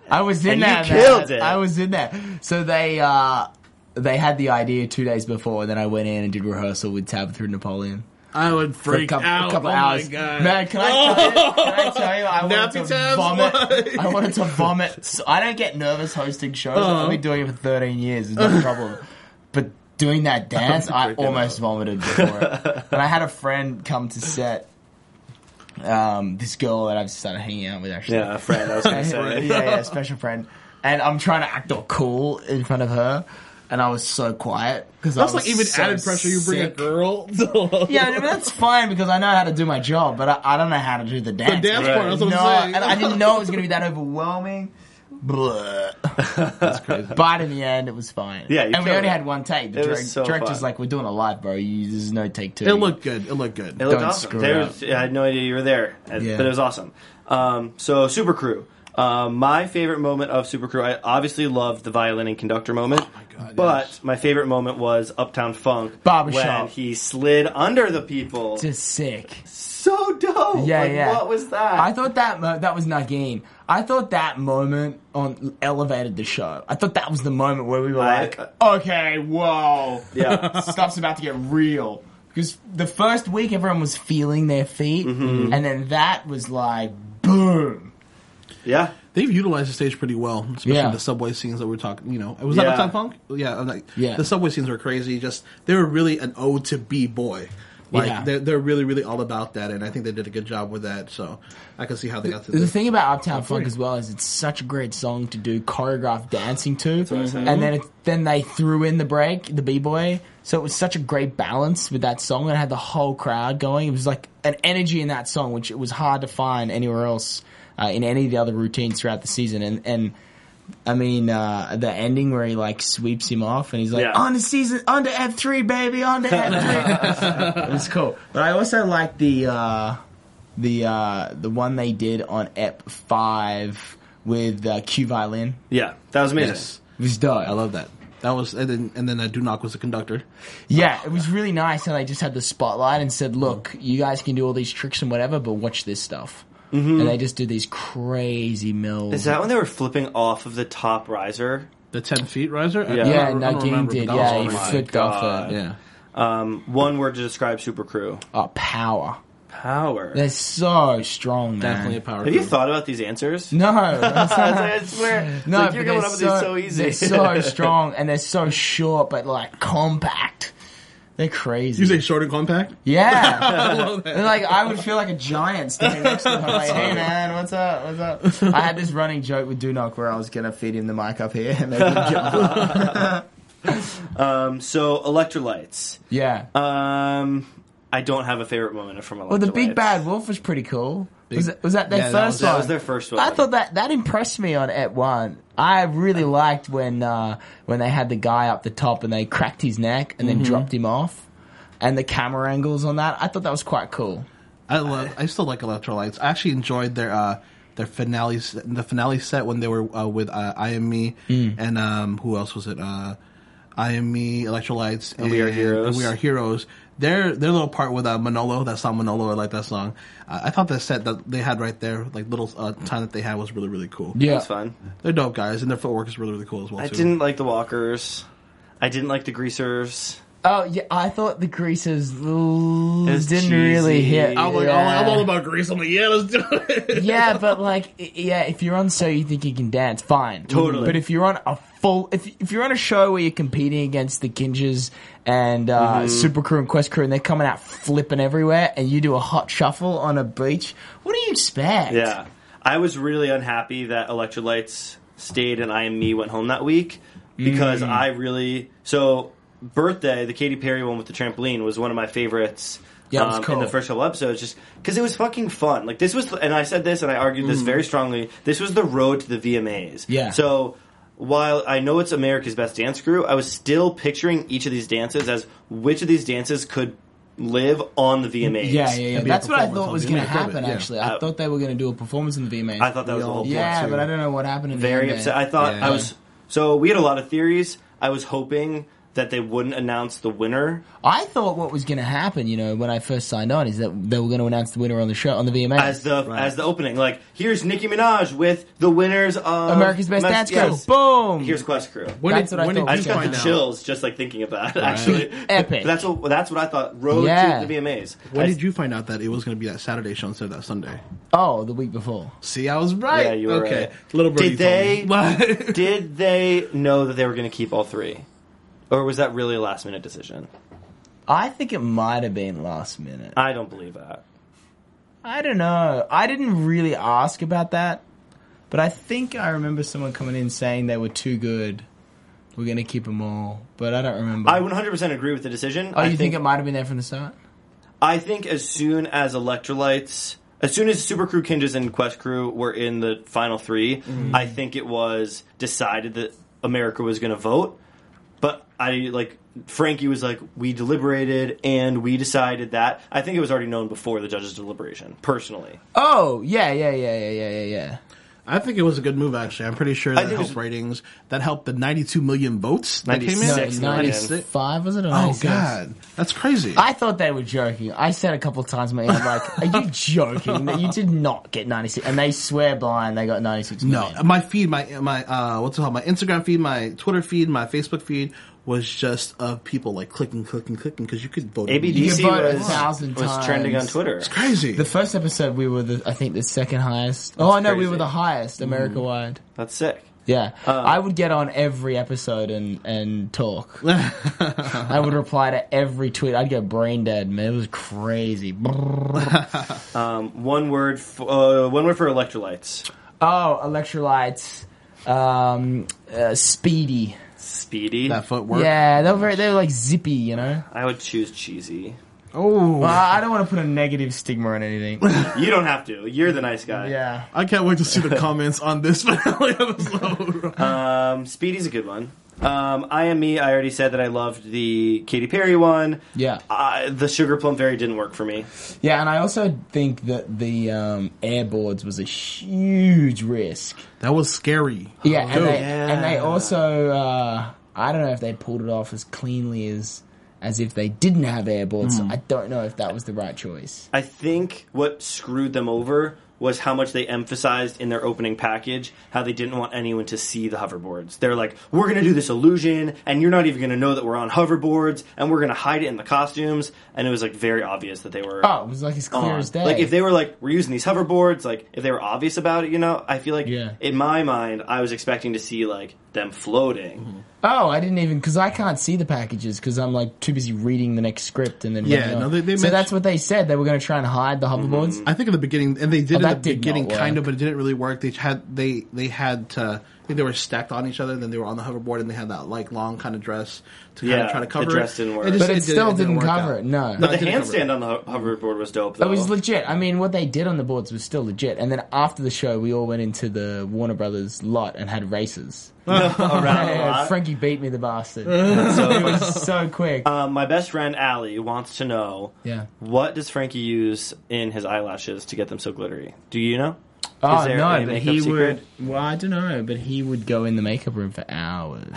[SPEAKER 3] I was in
[SPEAKER 4] And you
[SPEAKER 3] there.
[SPEAKER 4] killed
[SPEAKER 3] man.
[SPEAKER 4] it.
[SPEAKER 3] I was in there. So they uh, they had the idea two days before, and then I went in and did rehearsal with Tabitha and Napoleon
[SPEAKER 5] I would
[SPEAKER 3] for a
[SPEAKER 5] freak
[SPEAKER 3] couple,
[SPEAKER 5] out.
[SPEAKER 3] a couple
[SPEAKER 5] oh
[SPEAKER 3] hours.
[SPEAKER 5] my god.
[SPEAKER 3] Man, can I, tell you, can I tell you? I wanted
[SPEAKER 5] Nappy
[SPEAKER 3] to
[SPEAKER 5] times,
[SPEAKER 3] vomit.
[SPEAKER 5] why?
[SPEAKER 3] I wanted to vomit. So I don't get nervous hosting shows. I've
[SPEAKER 5] Uh-huh.
[SPEAKER 3] been doing it for 13 years. It's
[SPEAKER 5] [LAUGHS]
[SPEAKER 3] no problem. But doing that dance, I almost vomited before it. And I had a friend come to set. Um, this girl that I've started hanging out with actually.
[SPEAKER 4] Yeah, Fred,
[SPEAKER 5] [LAUGHS]
[SPEAKER 4] I
[SPEAKER 3] [LAUGHS]
[SPEAKER 4] was going to
[SPEAKER 3] yeah,
[SPEAKER 4] say.
[SPEAKER 3] yeah, yeah, special friend. And I'm trying to act all cool in front of her, and I was so quiet because
[SPEAKER 5] That's
[SPEAKER 3] I was
[SPEAKER 5] like even
[SPEAKER 3] so
[SPEAKER 5] added pressure. You bring a
[SPEAKER 3] sick.
[SPEAKER 5] girl.
[SPEAKER 3] Yeah, I mean, that's fine because I know how to do my job, but I, I don't know how to do the dance.
[SPEAKER 5] dance part, that's what I'm
[SPEAKER 3] no,
[SPEAKER 5] saying.
[SPEAKER 3] and I
[SPEAKER 5] [LAUGHS]
[SPEAKER 3] didn't know it was going to be that overwhelming. Blah. But [LAUGHS] in the end, it was fine.
[SPEAKER 4] Yeah, you
[SPEAKER 3] and we
[SPEAKER 4] killed
[SPEAKER 3] only
[SPEAKER 4] it.
[SPEAKER 3] had one take. The
[SPEAKER 4] It
[SPEAKER 3] direct,
[SPEAKER 4] was so
[SPEAKER 3] director's
[SPEAKER 4] fun.
[SPEAKER 3] like, "We're doing a live, bro. You, there's no take two.
[SPEAKER 5] It looked good. It looked good.
[SPEAKER 4] It looked
[SPEAKER 3] Don't
[SPEAKER 4] awesome.
[SPEAKER 3] screw
[SPEAKER 4] There
[SPEAKER 3] it
[SPEAKER 4] was- I had no idea you were there, and-
[SPEAKER 3] Yeah.
[SPEAKER 4] but it was awesome. Um, so Super Crew. Um, my favorite moment of Super Crew, I obviously loved the violin and conductor moment,
[SPEAKER 3] Oh
[SPEAKER 4] but my favorite moment was Uptown Funk
[SPEAKER 3] Barbershop.
[SPEAKER 4] when he slid under the people.
[SPEAKER 3] just sick."
[SPEAKER 4] so dope.
[SPEAKER 3] Yeah,
[SPEAKER 4] Oh, Like,
[SPEAKER 3] yeah.
[SPEAKER 4] What was that?
[SPEAKER 3] I thought that mo- that was Nagin. I thought that moment on elevated the show. I thought that was the moment where we were
[SPEAKER 4] I-
[SPEAKER 3] like, okay, whoa,
[SPEAKER 4] Yeah.
[SPEAKER 3] [LAUGHS] stuff's about to get real. Because the first week everyone was feeling their feet,
[SPEAKER 4] Mm-hmm.
[SPEAKER 3] and then that was like, boom.
[SPEAKER 4] yeah.
[SPEAKER 5] They've utilized the stage pretty well, especially
[SPEAKER 3] Yeah.
[SPEAKER 5] the subway scenes that we're talking. You know, was
[SPEAKER 4] Yeah.
[SPEAKER 5] that Uptown Funk? Yeah, I'm like,
[SPEAKER 3] Yeah.
[SPEAKER 5] The subway scenes were crazy. Just they were really an ode to b boy. Like
[SPEAKER 3] Yeah.
[SPEAKER 5] they're they're really really all about that, and I think they did a good job with that. So I can see how they got to
[SPEAKER 3] The
[SPEAKER 5] this.
[SPEAKER 3] thing about Uptown Funk as well is it's such a great song to do choreographed dancing to, and then it, then they threw in the break, the b boy, so it was such a great balance with that song, and it had the whole crowd going. It was like an energy in that song, which it was hard to find anywhere else uh, in any of the other routines throughout the season, and and. I mean, uh, the ending where he like sweeps him off and he's like,
[SPEAKER 4] Yeah.
[SPEAKER 3] on to season, on to F3, baby, on to F3. it was cool. But I also like the, uh, the, uh, the one they did on Ep 5 with uh, Q Violin.
[SPEAKER 4] Yeah. That was amazing.
[SPEAKER 5] Yes,
[SPEAKER 3] It was dope.
[SPEAKER 5] I love that. That was and then and then uh, Dunock was the conductor.
[SPEAKER 3] Yeah, it was really nice, and they just had the spotlight and said, "Look, you guys can do all these tricks and whatever, but watch this stuff." And they just did these crazy mills.
[SPEAKER 4] Is that when they were flipping off of the top riser?
[SPEAKER 5] The ten feet riser. I- I
[SPEAKER 4] Yeah.
[SPEAKER 5] don't-
[SPEAKER 3] yeah,
[SPEAKER 5] I don't
[SPEAKER 3] Nagin
[SPEAKER 5] remember, Oh
[SPEAKER 3] did.
[SPEAKER 5] but that was
[SPEAKER 3] Yeah, he uh,
[SPEAKER 5] all right.
[SPEAKER 3] flipped off it.
[SPEAKER 5] Yeah.
[SPEAKER 4] Um, one word to describe Super Crew.
[SPEAKER 3] Oh, power!
[SPEAKER 4] Power.
[SPEAKER 3] They're so strong, man.
[SPEAKER 5] Definitely a power.
[SPEAKER 4] Have you
[SPEAKER 5] move.
[SPEAKER 4] thought about these answers? [LAUGHS]
[SPEAKER 3] No, that's not-
[SPEAKER 4] I was like, I swear.
[SPEAKER 3] no,
[SPEAKER 4] like, you're
[SPEAKER 3] but
[SPEAKER 4] coming
[SPEAKER 3] they're
[SPEAKER 4] up with these so easy.
[SPEAKER 3] They're so strong and they're so short, but like compact. They're crazy.
[SPEAKER 5] You say short and compact?
[SPEAKER 3] yeah. And, like I would feel like a giant standing next to him. Like, hey man, what's up? What's up? I had this running joke with Dunok where I was gonna feed him the mic up here and make him jump. up.
[SPEAKER 4] Um, [LAUGHS] so electrolytes.
[SPEAKER 3] Yeah.
[SPEAKER 4] Um, I don't have a favorite moment from electrolytes.
[SPEAKER 3] well, the big bad wolf was pretty cool. was, that, was that their
[SPEAKER 5] Yeah, that
[SPEAKER 3] first
[SPEAKER 5] was-
[SPEAKER 3] one?
[SPEAKER 5] that
[SPEAKER 4] was their first one.
[SPEAKER 3] I thought that that impressed me on at one. I really liked when uh, when they had the guy up the top and they cracked his neck and then dropped him off, and the camera angles on that. I thought that was quite cool.
[SPEAKER 5] I love. I still like electrolytes. I actually enjoyed their uh, their finale s- E Mm. the finale set when they were uh, with uh, I am me and um, who else was it? Uh, I Am Me, Electrolytes, and
[SPEAKER 4] We Are Heroes.
[SPEAKER 5] and We Are Heroes. Their their little part with uh, Manolo, that song Manolo, I like that song. Uh, I thought the set that they had right there, like little uh, time that they had, was really really cool.
[SPEAKER 3] Yeah.
[SPEAKER 4] That's fun.
[SPEAKER 5] They're dope guys, and their footwork is really really cool as well.
[SPEAKER 4] I
[SPEAKER 5] too.
[SPEAKER 4] didn't like the Walkers. I didn't like the Greasers.
[SPEAKER 6] Oh yeah, I thought the greasers l-
[SPEAKER 4] It's
[SPEAKER 6] didn't really
[SPEAKER 4] cheesy.
[SPEAKER 6] hit.
[SPEAKER 5] I'm like,
[SPEAKER 6] yeah.
[SPEAKER 5] I'm all about Greece. I'm like, yeah, let's do it.
[SPEAKER 6] yeah, but like, i- yeah, if you're on so you think you can dance, fine,
[SPEAKER 4] Totally.
[SPEAKER 6] But if you're on a full, if if you're on a show where you're competing against the Kinjas and uh,
[SPEAKER 4] Mm-hmm.
[SPEAKER 6] Super Crew and Quest Crew, and they're coming out flipping everywhere, and you do a hot shuffle on a beach, what do you expect?
[SPEAKER 4] Yeah. I was really unhappy that Electrolytes stayed and I and Me went home that week because
[SPEAKER 3] Mm.
[SPEAKER 4] I really. So, Birthday, the Katy Perry one with the trampoline, was one of my favorites. um,
[SPEAKER 3] Yeah, it was
[SPEAKER 4] in the
[SPEAKER 3] cool.
[SPEAKER 4] first couple episodes, just because it was fucking fun. Like this was, and I said this, and I argued this very strongly. This was the road to the
[SPEAKER 3] Mm.
[SPEAKER 4] VMAs.
[SPEAKER 3] Yeah.
[SPEAKER 4] So while I know it's America's Best Dance Crew, I was still picturing each of these dances as which of these dances could live on the VMAs.
[SPEAKER 3] Yeah, yeah, yeah.
[SPEAKER 5] be a
[SPEAKER 3] That's what I
[SPEAKER 5] performance
[SPEAKER 3] thought
[SPEAKER 5] on
[SPEAKER 3] was
[SPEAKER 5] the
[SPEAKER 3] going to
[SPEAKER 5] VMAs, probably,
[SPEAKER 3] happen.
[SPEAKER 5] yeah.
[SPEAKER 3] Actually, I
[SPEAKER 4] Uh,
[SPEAKER 3] thought they were going to do a performance in the VMAs.
[SPEAKER 4] I thought that was the whole point.
[SPEAKER 3] yeah,
[SPEAKER 5] too.
[SPEAKER 3] but I don't know what happened. In
[SPEAKER 4] very
[SPEAKER 3] the end
[SPEAKER 4] upset.
[SPEAKER 3] there.
[SPEAKER 4] I thought
[SPEAKER 3] Yeah.
[SPEAKER 4] I was so we had a lot of theories. I was hoping that they wouldn't announce the winner.
[SPEAKER 3] I thought what was going to happen, you know, when I first signed on, is that they were going to announce the winner on the show on the VMAs.
[SPEAKER 4] As the as the opening, like here's Nicki Minaj with the winners of
[SPEAKER 3] America's Best
[SPEAKER 4] Mas-
[SPEAKER 3] Dance Crew.
[SPEAKER 4] yes.
[SPEAKER 3] Boom.
[SPEAKER 4] Here's Quest Crew.
[SPEAKER 5] When
[SPEAKER 3] That's
[SPEAKER 5] did-
[SPEAKER 3] what I
[SPEAKER 5] when did
[SPEAKER 3] thought.
[SPEAKER 4] I
[SPEAKER 5] you
[SPEAKER 4] just got
[SPEAKER 5] find
[SPEAKER 4] the
[SPEAKER 5] out-
[SPEAKER 4] chills just like thinking about it. Actually,
[SPEAKER 3] [LAUGHS] Epic.
[SPEAKER 4] That's what that's what I thought. Road
[SPEAKER 3] Yeah.
[SPEAKER 4] to the VMAs.
[SPEAKER 5] When
[SPEAKER 4] I-
[SPEAKER 5] did you find out that it was going to be that Saturday show instead of that Sunday?
[SPEAKER 3] oh, the week before.
[SPEAKER 5] See, I was right.
[SPEAKER 4] Yeah, you were
[SPEAKER 5] okay.
[SPEAKER 4] right.
[SPEAKER 5] Little
[SPEAKER 4] Did
[SPEAKER 5] birdie
[SPEAKER 4] they- [LAUGHS]
[SPEAKER 5] told me. [LAUGHS]
[SPEAKER 4] did they know that they were going to keep all three, or was that really a last minute decision?
[SPEAKER 3] I think it might have been last minute.
[SPEAKER 4] I don't believe that.
[SPEAKER 3] I don't know. I didn't really ask about that, but I think I remember someone coming in saying they were too good. We're going to keep them all, but I don't remember.
[SPEAKER 4] I 100% agree with the decision.
[SPEAKER 3] oh,
[SPEAKER 4] I
[SPEAKER 3] you think, it might have been there from the start?
[SPEAKER 4] I think as soon as Electrolytes, as soon as Super Crew, Kinjas, and Quest Crew were in the final 3 I think it was decided that America was going to vote. But I like Frankie was like, we deliberated and we decided that. I think it was already known before the judges' deliberation. Personally,
[SPEAKER 3] Oh, yeah, yeah, yeah, yeah, yeah, yeah, yeah.
[SPEAKER 5] I think it was a good move, actually. I'm pretty sure
[SPEAKER 4] think
[SPEAKER 5] that
[SPEAKER 4] it
[SPEAKER 5] helped
[SPEAKER 4] was-
[SPEAKER 5] ratings. That helped the 92 million votes that came in.
[SPEAKER 4] 96 million.
[SPEAKER 5] 96.
[SPEAKER 3] Five was it? Or
[SPEAKER 5] Oh,
[SPEAKER 3] 96?
[SPEAKER 5] God. That's crazy.
[SPEAKER 6] I thought they were joking. I said a couple times, man, I'm like, are
[SPEAKER 3] [LAUGHS]
[SPEAKER 6] you joking? you did not get 96. And they swear blind they got 96
[SPEAKER 5] no,
[SPEAKER 6] million.
[SPEAKER 5] my feed, my, my, uh, what's it called? My Instagram feed, my Twitter feed, my Facebook feed was just of people like clicking, clicking, clicking because you could vote.
[SPEAKER 4] ABDC
[SPEAKER 3] You voted a
[SPEAKER 4] was,
[SPEAKER 3] thousand
[SPEAKER 4] was trending on
[SPEAKER 3] times.
[SPEAKER 4] Twitter.
[SPEAKER 5] It's crazy.
[SPEAKER 3] The first episode, we were, the, I think, the second highest. oh, no, we
[SPEAKER 4] crazy.
[SPEAKER 3] were the highest Uh, America wide.
[SPEAKER 4] That's sick.
[SPEAKER 3] Yeah, I would get on every episode and and [LAUGHS] talk. I would reply to every tweet. I'd go brain dead, man. It was crazy. Brrr.
[SPEAKER 4] Um, one word. f uh, one word for Electrolytes.
[SPEAKER 3] oh, electrolytes, um, uh, speedy.
[SPEAKER 4] Speedy.
[SPEAKER 5] that footwork.
[SPEAKER 3] Yeah, they were very, they were like zippy, you know.
[SPEAKER 4] I would choose cheesy.
[SPEAKER 5] Oh,
[SPEAKER 3] Well, I I don't want to put a negative stigma on [LAUGHS] anything.
[SPEAKER 4] You don't have to. You're the nice guy.
[SPEAKER 3] yeah,
[SPEAKER 5] I can't wait to see the comments on this [LAUGHS] finale episode.
[SPEAKER 4] Um, Speedy's a good one. Um, I am me. I already said that I loved the Katy Perry one.
[SPEAKER 3] yeah,
[SPEAKER 4] Uh, the Sugar Plum Fairy didn't work for me.
[SPEAKER 3] yeah. And I also think that the um, airboards was a huge risk.
[SPEAKER 5] that was scary.
[SPEAKER 3] Yeah,
[SPEAKER 5] Dude.
[SPEAKER 3] and they, and they also, uh, I don't know if they pulled it off as cleanly as as if they didn't have airboards. So I don't know if that was the right choice.
[SPEAKER 4] I think what screwed them over was how much they emphasized in their opening package how they didn't want anyone to see the hoverboards. They're like, we're going to do this illusion, and you're not even going to know that we're on hoverboards, and we're going to hide it in the costumes. And it was like very obvious that they were.
[SPEAKER 3] Oh, it was like as clear
[SPEAKER 4] on.
[SPEAKER 3] as day.
[SPEAKER 4] Like if they were like, we're using these hoverboards, like if they were obvious about it, you know, I feel like
[SPEAKER 3] Yeah.
[SPEAKER 4] in my mind, I was expecting to see like them floating.
[SPEAKER 3] oh, I didn't even because I can't see the packages because I'm like too busy reading the next script and then
[SPEAKER 5] Yeah,
[SPEAKER 3] running on.
[SPEAKER 5] no, they- they Mm-hmm.
[SPEAKER 3] so
[SPEAKER 5] mention-
[SPEAKER 3] that's what they said they were going to try and hide the hoverboards.
[SPEAKER 5] I think in the beginning, and they did in the
[SPEAKER 3] Oh, that did not
[SPEAKER 5] beginning,
[SPEAKER 3] work.
[SPEAKER 5] kind of, but it didn't really work. They had they they had to. I think they were stacked on each other. Then they were on the hoverboard, and they had that like long kind of dress to kind
[SPEAKER 4] Yeah,
[SPEAKER 5] of try to
[SPEAKER 4] the
[SPEAKER 5] cover
[SPEAKER 4] dress
[SPEAKER 5] it.
[SPEAKER 4] didn't work.
[SPEAKER 5] just-
[SPEAKER 3] But it
[SPEAKER 5] didn't-
[SPEAKER 3] still didn't
[SPEAKER 5] work
[SPEAKER 3] cover
[SPEAKER 5] out.
[SPEAKER 3] it, no.
[SPEAKER 5] No,
[SPEAKER 3] But
[SPEAKER 5] it
[SPEAKER 4] The
[SPEAKER 5] didn't cover it.
[SPEAKER 4] handstand on the ho- hoverboard was dope, though.
[SPEAKER 3] It was legit. I mean, what they did on the boards was still legit. And then after the show, we all went into the Warner Brothers lot and had races. [LAUGHS]
[SPEAKER 4] around a
[SPEAKER 3] Yeah,
[SPEAKER 4] lot.
[SPEAKER 3] Frankie beat me, the bastard. it
[SPEAKER 4] So,
[SPEAKER 3] was so quick.
[SPEAKER 4] um, my best friend Allie wants to know
[SPEAKER 3] yeah.
[SPEAKER 4] what does Frankie use in his eyelashes to get them so glittery? Do
[SPEAKER 3] [LAUGHS]
[SPEAKER 4] you know?
[SPEAKER 3] Oh
[SPEAKER 4] Is there
[SPEAKER 3] no,
[SPEAKER 4] a
[SPEAKER 3] but
[SPEAKER 4] makeup
[SPEAKER 3] he
[SPEAKER 4] secret? [LAUGHS]
[SPEAKER 3] would. Well, I don't know, but he would go in the makeup room for hours.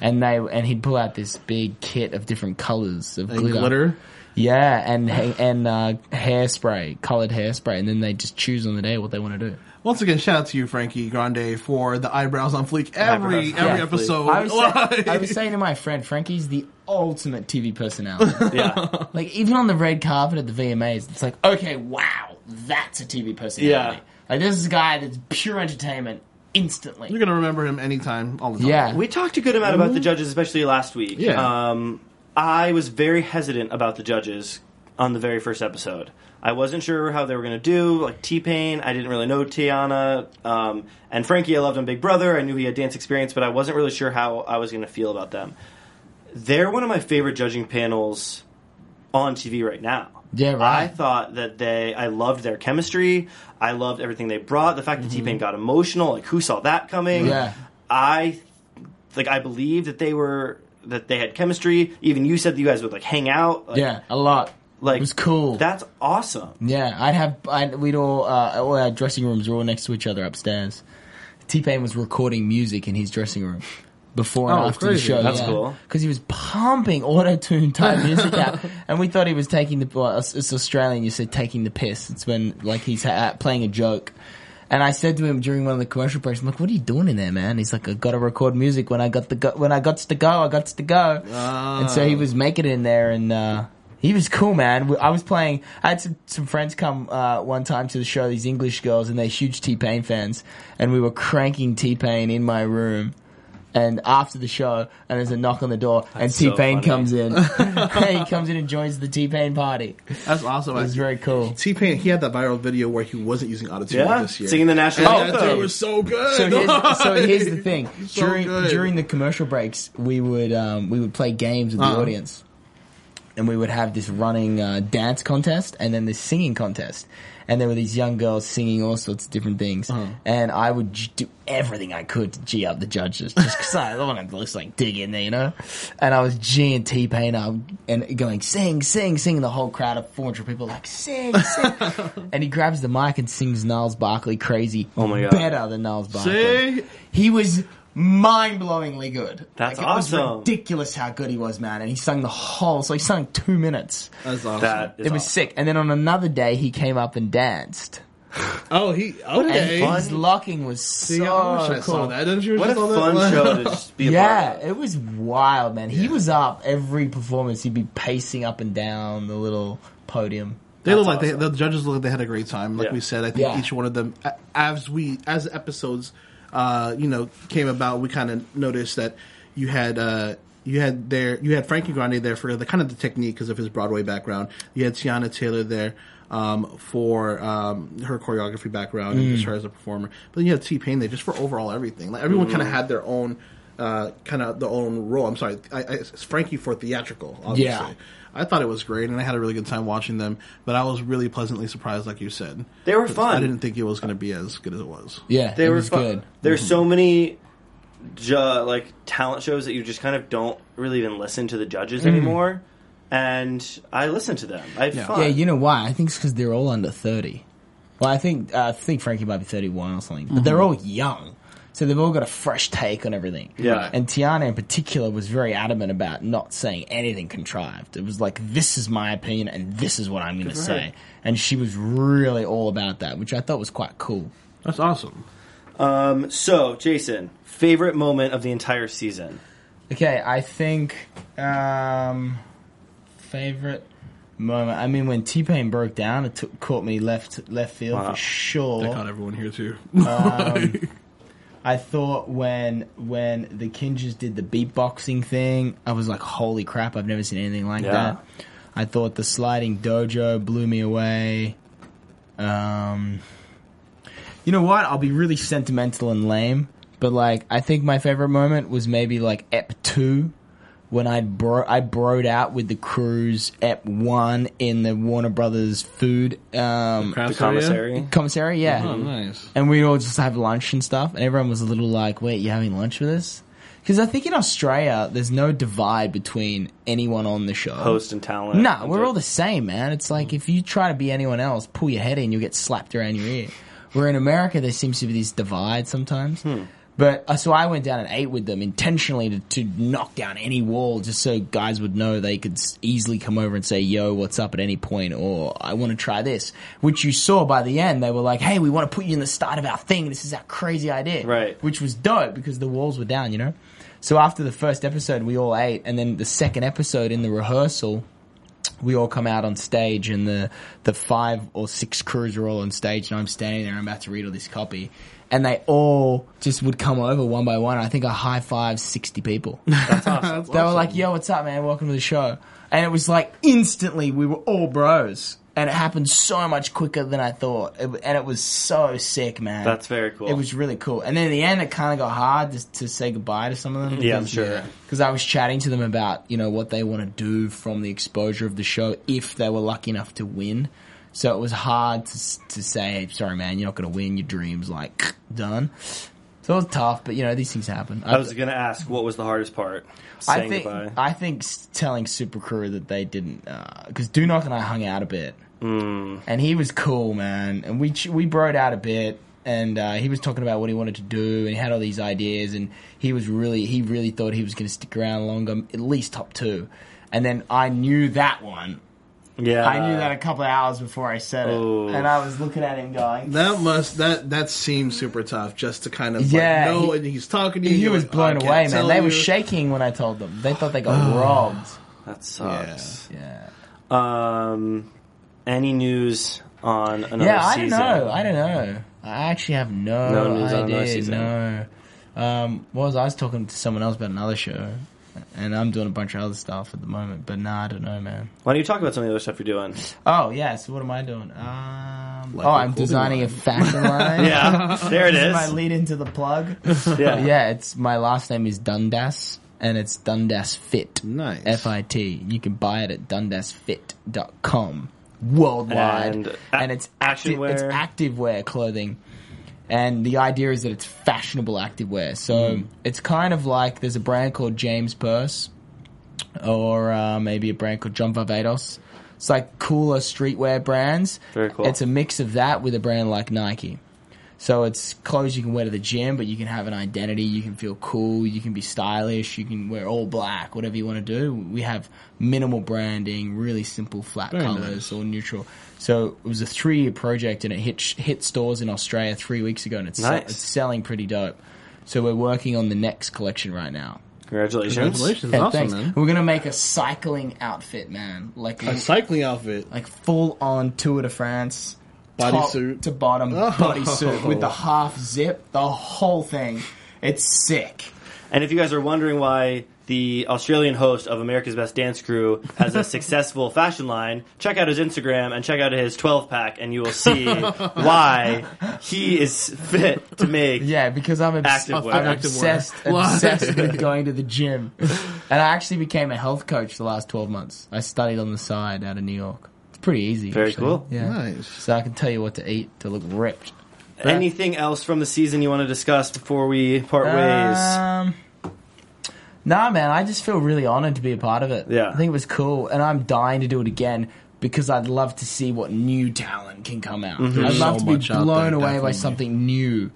[SPEAKER 3] and they and he'd pull out this big kit of different colors of
[SPEAKER 5] And
[SPEAKER 3] glitter.
[SPEAKER 5] glitter.
[SPEAKER 3] Yeah, and
[SPEAKER 4] [LAUGHS]
[SPEAKER 3] ha- and uh, hairspray, colored hairspray, and then they just choose on the day what they want to do.
[SPEAKER 5] Once again, shout out to you, Frankie Grande, for the eyebrows on fleek every
[SPEAKER 4] Eyebrows on
[SPEAKER 5] every
[SPEAKER 4] fleek.
[SPEAKER 5] episode.
[SPEAKER 3] I was, say- I was saying to my friend, Frankie's the ultimate TV
[SPEAKER 4] [LAUGHS]
[SPEAKER 3] personality.
[SPEAKER 4] Yeah.
[SPEAKER 3] like even on the red carpet at the VMAs, it's like, okay, wow, that's a TV personality.
[SPEAKER 4] Yeah.
[SPEAKER 3] Like this is a guy that's pure entertainment instantly.
[SPEAKER 5] [LAUGHS] You're gonna remember him anytime, all the time.
[SPEAKER 3] yeah,
[SPEAKER 4] We talked a good amount about the judges, especially last week.
[SPEAKER 5] Yeah.
[SPEAKER 4] Um, I was very hesitant about the judges on the very first episode. I wasn't sure how they were going to do. Like T Pain, I didn't really know Tiana, um, and Frankie. I loved on Big Brother. I knew he had dance experience, but I wasn't really sure how I was going to feel about them. They're one of my favorite judging panels on TV right now.
[SPEAKER 3] Yeah, right.
[SPEAKER 4] I thought that they, I loved their chemistry. I loved everything they brought. The fact that T Pain got emotional, like who saw that coming?
[SPEAKER 3] Mm-hmm. Yeah.
[SPEAKER 4] I like I believe that they were that they had chemistry. Even you said that you guys would like hang out. Like,
[SPEAKER 3] yeah, a lot.
[SPEAKER 4] like
[SPEAKER 3] it was cool.
[SPEAKER 4] That's awesome.
[SPEAKER 3] yeah, I'd have I'd, we'd all uh, all our dressing rooms were all next to each other upstairs. T Pain was recording music in his dressing room before and
[SPEAKER 5] Oh,
[SPEAKER 3] after
[SPEAKER 5] crazy.
[SPEAKER 3] the show.
[SPEAKER 4] That's cool.
[SPEAKER 3] because he was pumping auto tune type music out, and we thought he was taking the. Well, it's it's Australian. You said taking the piss. It's when like he's ha- playing a joke. And I said to him during one of the commercial breaks, "I'm like, what are you doing in there, man?" He's like, "I got to record music when I got the go- when I got to go, I got to go." And so he
[SPEAKER 4] Ah.
[SPEAKER 3] was making it in there, and uh, he was cool, man. We- I was playing. I had some, some friends come uh, one time to the show. These English girls, and they're huge T Pain fans, and we were cranking T Pain in my room and after the show, and there's a knock on the door, and
[SPEAKER 4] so
[SPEAKER 3] T Pain
[SPEAKER 4] funny.
[SPEAKER 3] comes
[SPEAKER 4] [LAUGHS]
[SPEAKER 3] in. [LAUGHS] he comes in and joins the T Pain party.
[SPEAKER 5] That's awesome.
[SPEAKER 3] It was very cool.
[SPEAKER 5] T Pain, he had that viral video where he wasn't using autotune
[SPEAKER 4] Yeah,
[SPEAKER 5] this year.
[SPEAKER 4] singing the national
[SPEAKER 5] And that
[SPEAKER 4] anthem.
[SPEAKER 5] dude was so good.
[SPEAKER 3] So here's,
[SPEAKER 5] [LAUGHS]
[SPEAKER 3] so here's the thing:
[SPEAKER 5] So
[SPEAKER 3] during
[SPEAKER 5] good.
[SPEAKER 3] during the commercial breaks, we would um, we would play games with the
[SPEAKER 5] Uh-huh.
[SPEAKER 3] audience, and we would have this running uh, dance contest and then this singing contest, and there were these young girls singing all sorts of different things, and I would j- do everything I could to g up the judges, just because I wanted to just like dig in there, you know, and I was g and T Pain up and going sing sing sing, and the whole crowd of four hundred people like sing sing, and he grabs the mic and sings Niles Barkley crazy,
[SPEAKER 4] Oh my God.
[SPEAKER 3] better than Niles Barkley.
[SPEAKER 5] See?
[SPEAKER 3] He was mind-blowingly good.
[SPEAKER 4] That's
[SPEAKER 3] it was
[SPEAKER 4] awesome.
[SPEAKER 3] ridiculous how good he was, man. And he sung the whole. So he sung two minutes.
[SPEAKER 5] That's awesome.
[SPEAKER 4] That is
[SPEAKER 3] it was
[SPEAKER 4] awesome.
[SPEAKER 3] sick. And then on another day, he came up and danced.
[SPEAKER 5] Oh, he
[SPEAKER 3] And
[SPEAKER 5] okay.
[SPEAKER 3] his locking was
[SPEAKER 5] See,
[SPEAKER 3] so
[SPEAKER 5] I wish I
[SPEAKER 3] cool.
[SPEAKER 5] saw that. Didn't you
[SPEAKER 4] What a
[SPEAKER 5] just saw that? [LAUGHS]
[SPEAKER 4] fun show
[SPEAKER 3] [LAUGHS]
[SPEAKER 4] to just be a part of.
[SPEAKER 3] Yeah, it was wild, man. He was up every performance. He'd be pacing up and down the little podium.
[SPEAKER 5] They look
[SPEAKER 4] That's
[SPEAKER 5] like they, the judges look like they had a great time. Like
[SPEAKER 4] Yeah.
[SPEAKER 5] we said, I think
[SPEAKER 3] Yeah.
[SPEAKER 5] each one of them, a- as we as episodes, uh, you know, came about, we kind of noticed that you had uh, you had there you had Frankie Grande there for the kind of the technique because of his Broadway background. You had Tiana Taylor there um, for um, her choreography background and just
[SPEAKER 4] Mm.
[SPEAKER 5] her as a performer. But then you had T Pain there just for overall everything. Like everyone
[SPEAKER 4] Mm-hmm.
[SPEAKER 5] kind of had their own. Uh, kind of their own role. I'm sorry, I, I, it's Frankie for theatrical, obviously.
[SPEAKER 3] Yeah.
[SPEAKER 5] I thought it was great, and I had a really good time watching them. But I was really pleasantly surprised, like you said.
[SPEAKER 4] They were
[SPEAKER 5] 'Cause
[SPEAKER 4] fun.
[SPEAKER 5] I didn't think it was going to be as good as it was.
[SPEAKER 3] Yeah,
[SPEAKER 4] They
[SPEAKER 3] it
[SPEAKER 4] were
[SPEAKER 3] was
[SPEAKER 4] fun.
[SPEAKER 3] good. Mm-hmm.
[SPEAKER 4] There's so many ju- like talent shows that you just kind of don't really even listen to the judges anymore. And I listened to them. I had
[SPEAKER 3] Mm.
[SPEAKER 4] fun.
[SPEAKER 3] Yeah, you know why? I think it's because they're all under thirty. Well, I think uh, I think Frankie might be thirty-one or something, but they're
[SPEAKER 4] Mm-hmm.
[SPEAKER 3] all young, so they've all got a fresh take on everything.
[SPEAKER 4] Yeah.
[SPEAKER 3] and Tiana in particular was very adamant about not saying anything contrived. It was like this is my opinion and this is what I'm going to say, and she was really all about that, which I thought was quite cool.
[SPEAKER 5] That's awesome.
[SPEAKER 4] Um, so, Jason, favorite moment of the entire season?
[SPEAKER 3] Okay, I think um, favorite moment. I mean, when T Pain broke down, it took, caught me left left field
[SPEAKER 4] Wow.
[SPEAKER 3] for sure.
[SPEAKER 5] I caught everyone here too.
[SPEAKER 3] Uh, I thought when when the Kinjas did the beatboxing thing, I was like, "Holy crap! I've never seen anything like
[SPEAKER 4] Yeah.
[SPEAKER 3] that." I thought the sliding dojo blew me away. Um, you know what? I'll be really sentimental and lame, but like, I think my favorite moment was maybe like Ep two. When I bro, I broed out with the crews Ep one in the Warner Brothers food
[SPEAKER 5] [LAUGHS]
[SPEAKER 3] um,
[SPEAKER 4] The commissary?
[SPEAKER 3] commissary, yeah,
[SPEAKER 5] Oh, nice.
[SPEAKER 3] and we all just have lunch and stuff, and everyone was a little like, "Wait, you having lunch with us?" Because I think in Australia, there's no divide between anyone on the show.
[SPEAKER 4] Host and talent.
[SPEAKER 3] No, we're all the same, man. It's like if you try to be anyone else,
[SPEAKER 4] Hmm.
[SPEAKER 3] pull your head in, you'll get slapped around your ear. Where in America, there seems to be this divide sometimes. But uh, so I went down at eight with them intentionally to, to knock down any wall, just so guys would know they could s- easily come over and say, "Yo, what's up?" at any point, or "I want to try this." Which you saw by the end, they were like, "Hey, we want to put you in the start of our thing. This is our crazy idea,"
[SPEAKER 4] Right.
[SPEAKER 3] Which was dope because the walls were down, you know. So after the first episode, we all ate, and then the second episode in the rehearsal, we all come out on stage and the, the five or six crews are all on stage and I'm standing there, I'm about to read all this copy. And they all just would come over one by one. I think I high five 60
[SPEAKER 4] [LAUGHS]
[SPEAKER 3] people. they were like, yo, what's up, man? Welcome to the show. And it was like instantly we were all bros. And it happened so much quicker than I thought. It, and it was so sick, man.
[SPEAKER 4] That's very cool.
[SPEAKER 3] It was really cool. And then in the end, it kind of got hard to, to say goodbye to some of them.
[SPEAKER 4] Yeah, I'm
[SPEAKER 3] because-
[SPEAKER 4] sure.
[SPEAKER 3] because I was chatting to them about you know what they want to do from the exposure of the show if they were lucky enough to win. So it was hard to s- to say, sorry man, you're not going to win. Your dreams like [SNIFFS] done. So it was tough, but you know these things happen.
[SPEAKER 4] I was going to ask what was the hardest part saying
[SPEAKER 3] I think
[SPEAKER 4] goodbye.
[SPEAKER 3] I think s- telling Super Crew that they didn't because Dunok and I hung out a bit,
[SPEAKER 4] Hmm.
[SPEAKER 3] and he was cool, man. And we ch- we broed out a bit, and uh, he was talking about what he wanted to do, and he had all these ideas, and he was really he really thought he was going to stick around longer, at least top two. And then I knew that one.
[SPEAKER 4] yeah,
[SPEAKER 3] I knew that a couple of hours before I said it,
[SPEAKER 4] Uh. Oof.
[SPEAKER 3] and I was looking at him going.
[SPEAKER 5] That must that that seems super tough just to kind of
[SPEAKER 3] Yeah,
[SPEAKER 5] like know
[SPEAKER 3] he-
[SPEAKER 5] and he's talking to you.
[SPEAKER 3] He
[SPEAKER 5] you're
[SPEAKER 3] was
[SPEAKER 5] like,
[SPEAKER 3] blown
[SPEAKER 5] "I can't
[SPEAKER 3] away, man.
[SPEAKER 5] tell
[SPEAKER 3] They were
[SPEAKER 5] you."
[SPEAKER 3] shaking when I told them. They thought they
[SPEAKER 5] [SIGHS]
[SPEAKER 3] got robbed.
[SPEAKER 4] that sucks.
[SPEAKER 3] Yeah.
[SPEAKER 4] Um, any news on another
[SPEAKER 3] Yeah, I don't
[SPEAKER 4] Oh, season?
[SPEAKER 3] know. I don't know. I actually have no,
[SPEAKER 4] No news on another
[SPEAKER 3] idea.
[SPEAKER 4] season.
[SPEAKER 3] No. Um, what was I was talking to someone else about another show, and I'm doing a bunch of other stuff at the moment. But nah, I don't know, man.
[SPEAKER 4] Why don't you talk about some of the other stuff you're doing?
[SPEAKER 3] Oh yeah. So what am I doing? Um,
[SPEAKER 5] Like
[SPEAKER 3] oh,
[SPEAKER 5] a
[SPEAKER 3] I'm
[SPEAKER 5] clothing
[SPEAKER 3] designing a
[SPEAKER 4] [LAUGHS]
[SPEAKER 5] line.
[SPEAKER 3] fashion line.
[SPEAKER 4] Yeah, [LAUGHS] there it
[SPEAKER 3] This is my
[SPEAKER 4] is.
[SPEAKER 3] lead into the plug.
[SPEAKER 4] [LAUGHS] Yeah.
[SPEAKER 3] yeah, it's my last name is Dundas, and it's Dundas Fit.
[SPEAKER 5] Nice.
[SPEAKER 3] F I T. You can buy it at dundasfit.com worldwide,
[SPEAKER 4] And
[SPEAKER 3] and,
[SPEAKER 4] a-
[SPEAKER 3] it's
[SPEAKER 4] action
[SPEAKER 3] active, it's
[SPEAKER 4] wear.
[SPEAKER 3] activewear clothing. And the idea is that it's fashionable activewear, so it's kind of like there's a brand called James Purse, or uh, maybe a brand called John Varvatos. It's like cooler streetwear brands.
[SPEAKER 4] Very cool.
[SPEAKER 3] It's a mix of that with a brand like Nike. So it's clothes you can wear to the gym, but you can have an identity. You can feel cool. You can be stylish. You can wear all black, whatever you want to do. We have minimal branding, really simple flat colors or neutral. So it was a three year project, and it hit hit stores in Australia three weeks ago, and it's,
[SPEAKER 4] Nice.
[SPEAKER 3] it's selling pretty dope. So we're working on the next collection right now.
[SPEAKER 4] Congratulations.
[SPEAKER 5] Congratulations,
[SPEAKER 3] Yeah,
[SPEAKER 5] awesome,
[SPEAKER 3] thanks.
[SPEAKER 5] man.
[SPEAKER 3] We're gonna make a cycling outfit, man. Like
[SPEAKER 5] A cycling outfit.
[SPEAKER 3] like full on Tour de France top
[SPEAKER 5] Bodysuit.
[SPEAKER 3] to bottom
[SPEAKER 5] Oh.
[SPEAKER 3] bodysuit with the half zip, the whole thing. It's sick.
[SPEAKER 4] And if you guys are wondering why the Australian host of America's Best Dance Crew has a successful fashion line, check out his Instagram and check out his 12 pack, and you will see why he is fit to make.
[SPEAKER 3] Yeah, because I'm, obs-
[SPEAKER 4] Active wear.
[SPEAKER 3] I'm
[SPEAKER 5] Active
[SPEAKER 3] obsessed,
[SPEAKER 5] wear. Why?
[SPEAKER 3] obsessed
[SPEAKER 5] [LAUGHS]
[SPEAKER 3] with going to the gym. And I actually became a health coach the last 12 months. I studied on the side out of New York. It's pretty easy.
[SPEAKER 4] Very
[SPEAKER 3] actually.
[SPEAKER 4] cool.
[SPEAKER 3] Yeah.
[SPEAKER 5] Nice.
[SPEAKER 3] So I can tell you what to eat to look ripped.
[SPEAKER 4] Anything else from the season you want to discuss before we part ways?
[SPEAKER 3] Um, nah, man, I just feel really honored to be a part of it.
[SPEAKER 4] Yeah.
[SPEAKER 3] I think it was cool, and I'm dying to do it again because I'd love to see what new talent can come out.
[SPEAKER 4] Mm-hmm.
[SPEAKER 3] I'd
[SPEAKER 5] There's
[SPEAKER 3] love
[SPEAKER 5] so
[SPEAKER 3] to be
[SPEAKER 5] much out
[SPEAKER 3] blown
[SPEAKER 5] there,
[SPEAKER 3] away by
[SPEAKER 5] definitely.
[SPEAKER 3] something new.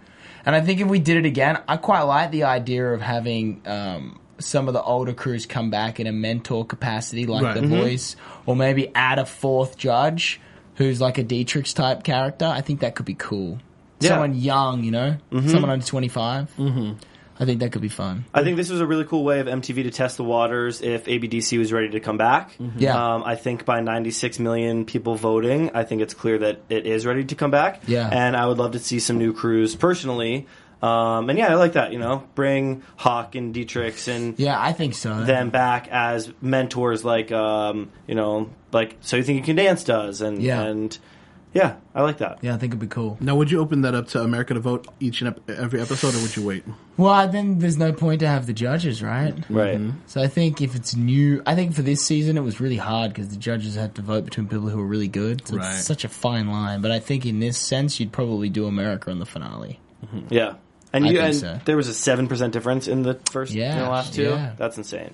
[SPEAKER 3] And I think if we did it again, I quite like the idea of having um, some of the older crews come back in a mentor capacity, like
[SPEAKER 5] Right.
[SPEAKER 3] The
[SPEAKER 4] Mm-hmm.
[SPEAKER 5] Mhm.
[SPEAKER 3] Voice, or maybe add a fourth judge who's like a Dietrich's type character. I think that could be cool.
[SPEAKER 4] Yeah.
[SPEAKER 3] Someone young, you know, someone under twenty Mm-hmm. I think that could be fun.
[SPEAKER 4] I think this was a really cool way of MTV to test the waters if ABDC was ready to come back.
[SPEAKER 3] Yeah.
[SPEAKER 4] Um, I think by 96 million people voting, I think it's clear that it is ready to come back.
[SPEAKER 3] Yeah.
[SPEAKER 4] And I would love to see some new crews personally. Um, and yeah, I like that, you know, bring Hawk and Dietrichs and
[SPEAKER 3] Yeah, I think so.
[SPEAKER 4] them back as mentors, like, um, you know, like, so you think you can dance does. And,
[SPEAKER 3] Yeah.
[SPEAKER 4] and yeah, I like that.
[SPEAKER 3] yeah, I think it'd be cool.
[SPEAKER 5] Now, would you open that up to America to vote each and ep- every episode, or would you wait?
[SPEAKER 3] Well, then there's no point to have the judges, right?
[SPEAKER 4] Right.
[SPEAKER 3] So I think if it's new, I think for this season it was really hard because the judges had to vote between people who were really good. So
[SPEAKER 5] Right.
[SPEAKER 3] it's such a fine line. But I think in this sense, you'd probably do America in the finale.
[SPEAKER 4] Yeah. And
[SPEAKER 3] I
[SPEAKER 4] you
[SPEAKER 3] think
[SPEAKER 4] and
[SPEAKER 3] so.
[SPEAKER 4] there was a seven percent difference in the first and
[SPEAKER 3] Yeah,
[SPEAKER 4] the last two.
[SPEAKER 3] yeah.
[SPEAKER 4] That's insane.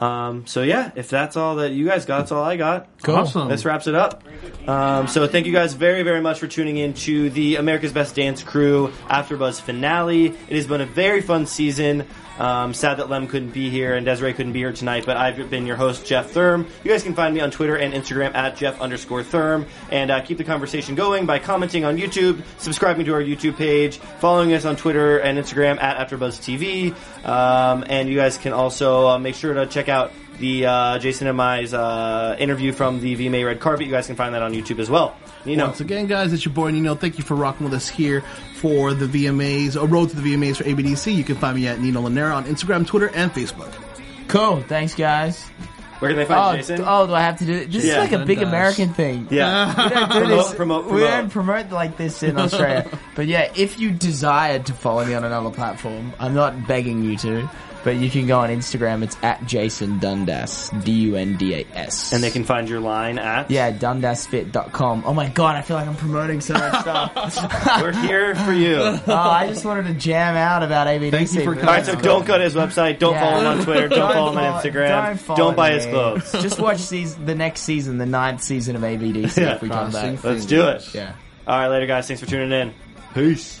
[SPEAKER 4] Um, so yeah, if that's all that you guys got, that's all I got.
[SPEAKER 5] Awesome.
[SPEAKER 4] This wraps it up. Um, so thank you guys very, very much for tuning in to the America's Best Dance Crew AfterBuzz finale. It has been a very fun season. Um, sad that Lem couldn't be here and Desiree couldn't be here tonight, but I've been your host, Jeff Thurm. You guys can find me on Twitter and Instagram at Jeff underscore Thurm, and uh, keep the conversation going by commenting on YouTube, subscribing to our YouTube page, following us on Twitter and Instagram at AfterBuzz TV, um, and you guys can also uh, make sure to check out the uh, Jason and Mai's uh, interview from the VMA Red Carpet. You guys can find that on YouTube as well. Nino,
[SPEAKER 5] Once again, guys, it's your boy Nino. Thank you for rocking with us here for the VMAs, a road to the VMAs for ABDC. You can find me at Nino Lanera on Instagram, Twitter, and Facebook.
[SPEAKER 3] Cool. Thanks, guys.
[SPEAKER 4] where can they
[SPEAKER 3] Oh,
[SPEAKER 4] find you, Jason?
[SPEAKER 3] d- oh, do I have to do it? This
[SPEAKER 4] Yeah.
[SPEAKER 3] is like a big American thing. [LAUGHS]
[SPEAKER 4] yeah.
[SPEAKER 3] We don't do
[SPEAKER 4] Promote,
[SPEAKER 3] this-
[SPEAKER 4] promote,
[SPEAKER 3] We don't
[SPEAKER 4] promote.
[SPEAKER 3] promote like this in Australia. but yeah, if you desired to follow me on another platform, I'm not begging you to, but you can go on Instagram. It's at Jason Dundas. D-U-N-D-A-S.
[SPEAKER 4] and they can find your line at
[SPEAKER 3] Yeah, dundasfit.com. Oh my god, I feel like I'm promoting so much stuff.
[SPEAKER 4] [LAUGHS]
[SPEAKER 3] [LAUGHS]
[SPEAKER 4] We're here for you.
[SPEAKER 3] oh, I just wanted to jam out about ABDC.
[SPEAKER 5] Thank you for
[SPEAKER 3] but-
[SPEAKER 4] All right, so don't go to his website. Don't
[SPEAKER 3] Yeah.
[SPEAKER 4] follow him on Twitter. Don't,
[SPEAKER 3] [LAUGHS]
[SPEAKER 4] follow him
[SPEAKER 3] follow-
[SPEAKER 4] on Instagram.
[SPEAKER 3] don't
[SPEAKER 4] Don't,
[SPEAKER 3] follow
[SPEAKER 4] buy
[SPEAKER 3] me.
[SPEAKER 4] his clothes.
[SPEAKER 3] [LAUGHS] Just watch season, the next season, the ninth season of ABDC
[SPEAKER 4] Yeah.
[SPEAKER 3] if we come back.
[SPEAKER 4] Let's do it.
[SPEAKER 3] Yeah.
[SPEAKER 4] All right, later, guys. Thanks for tuning in. Peace.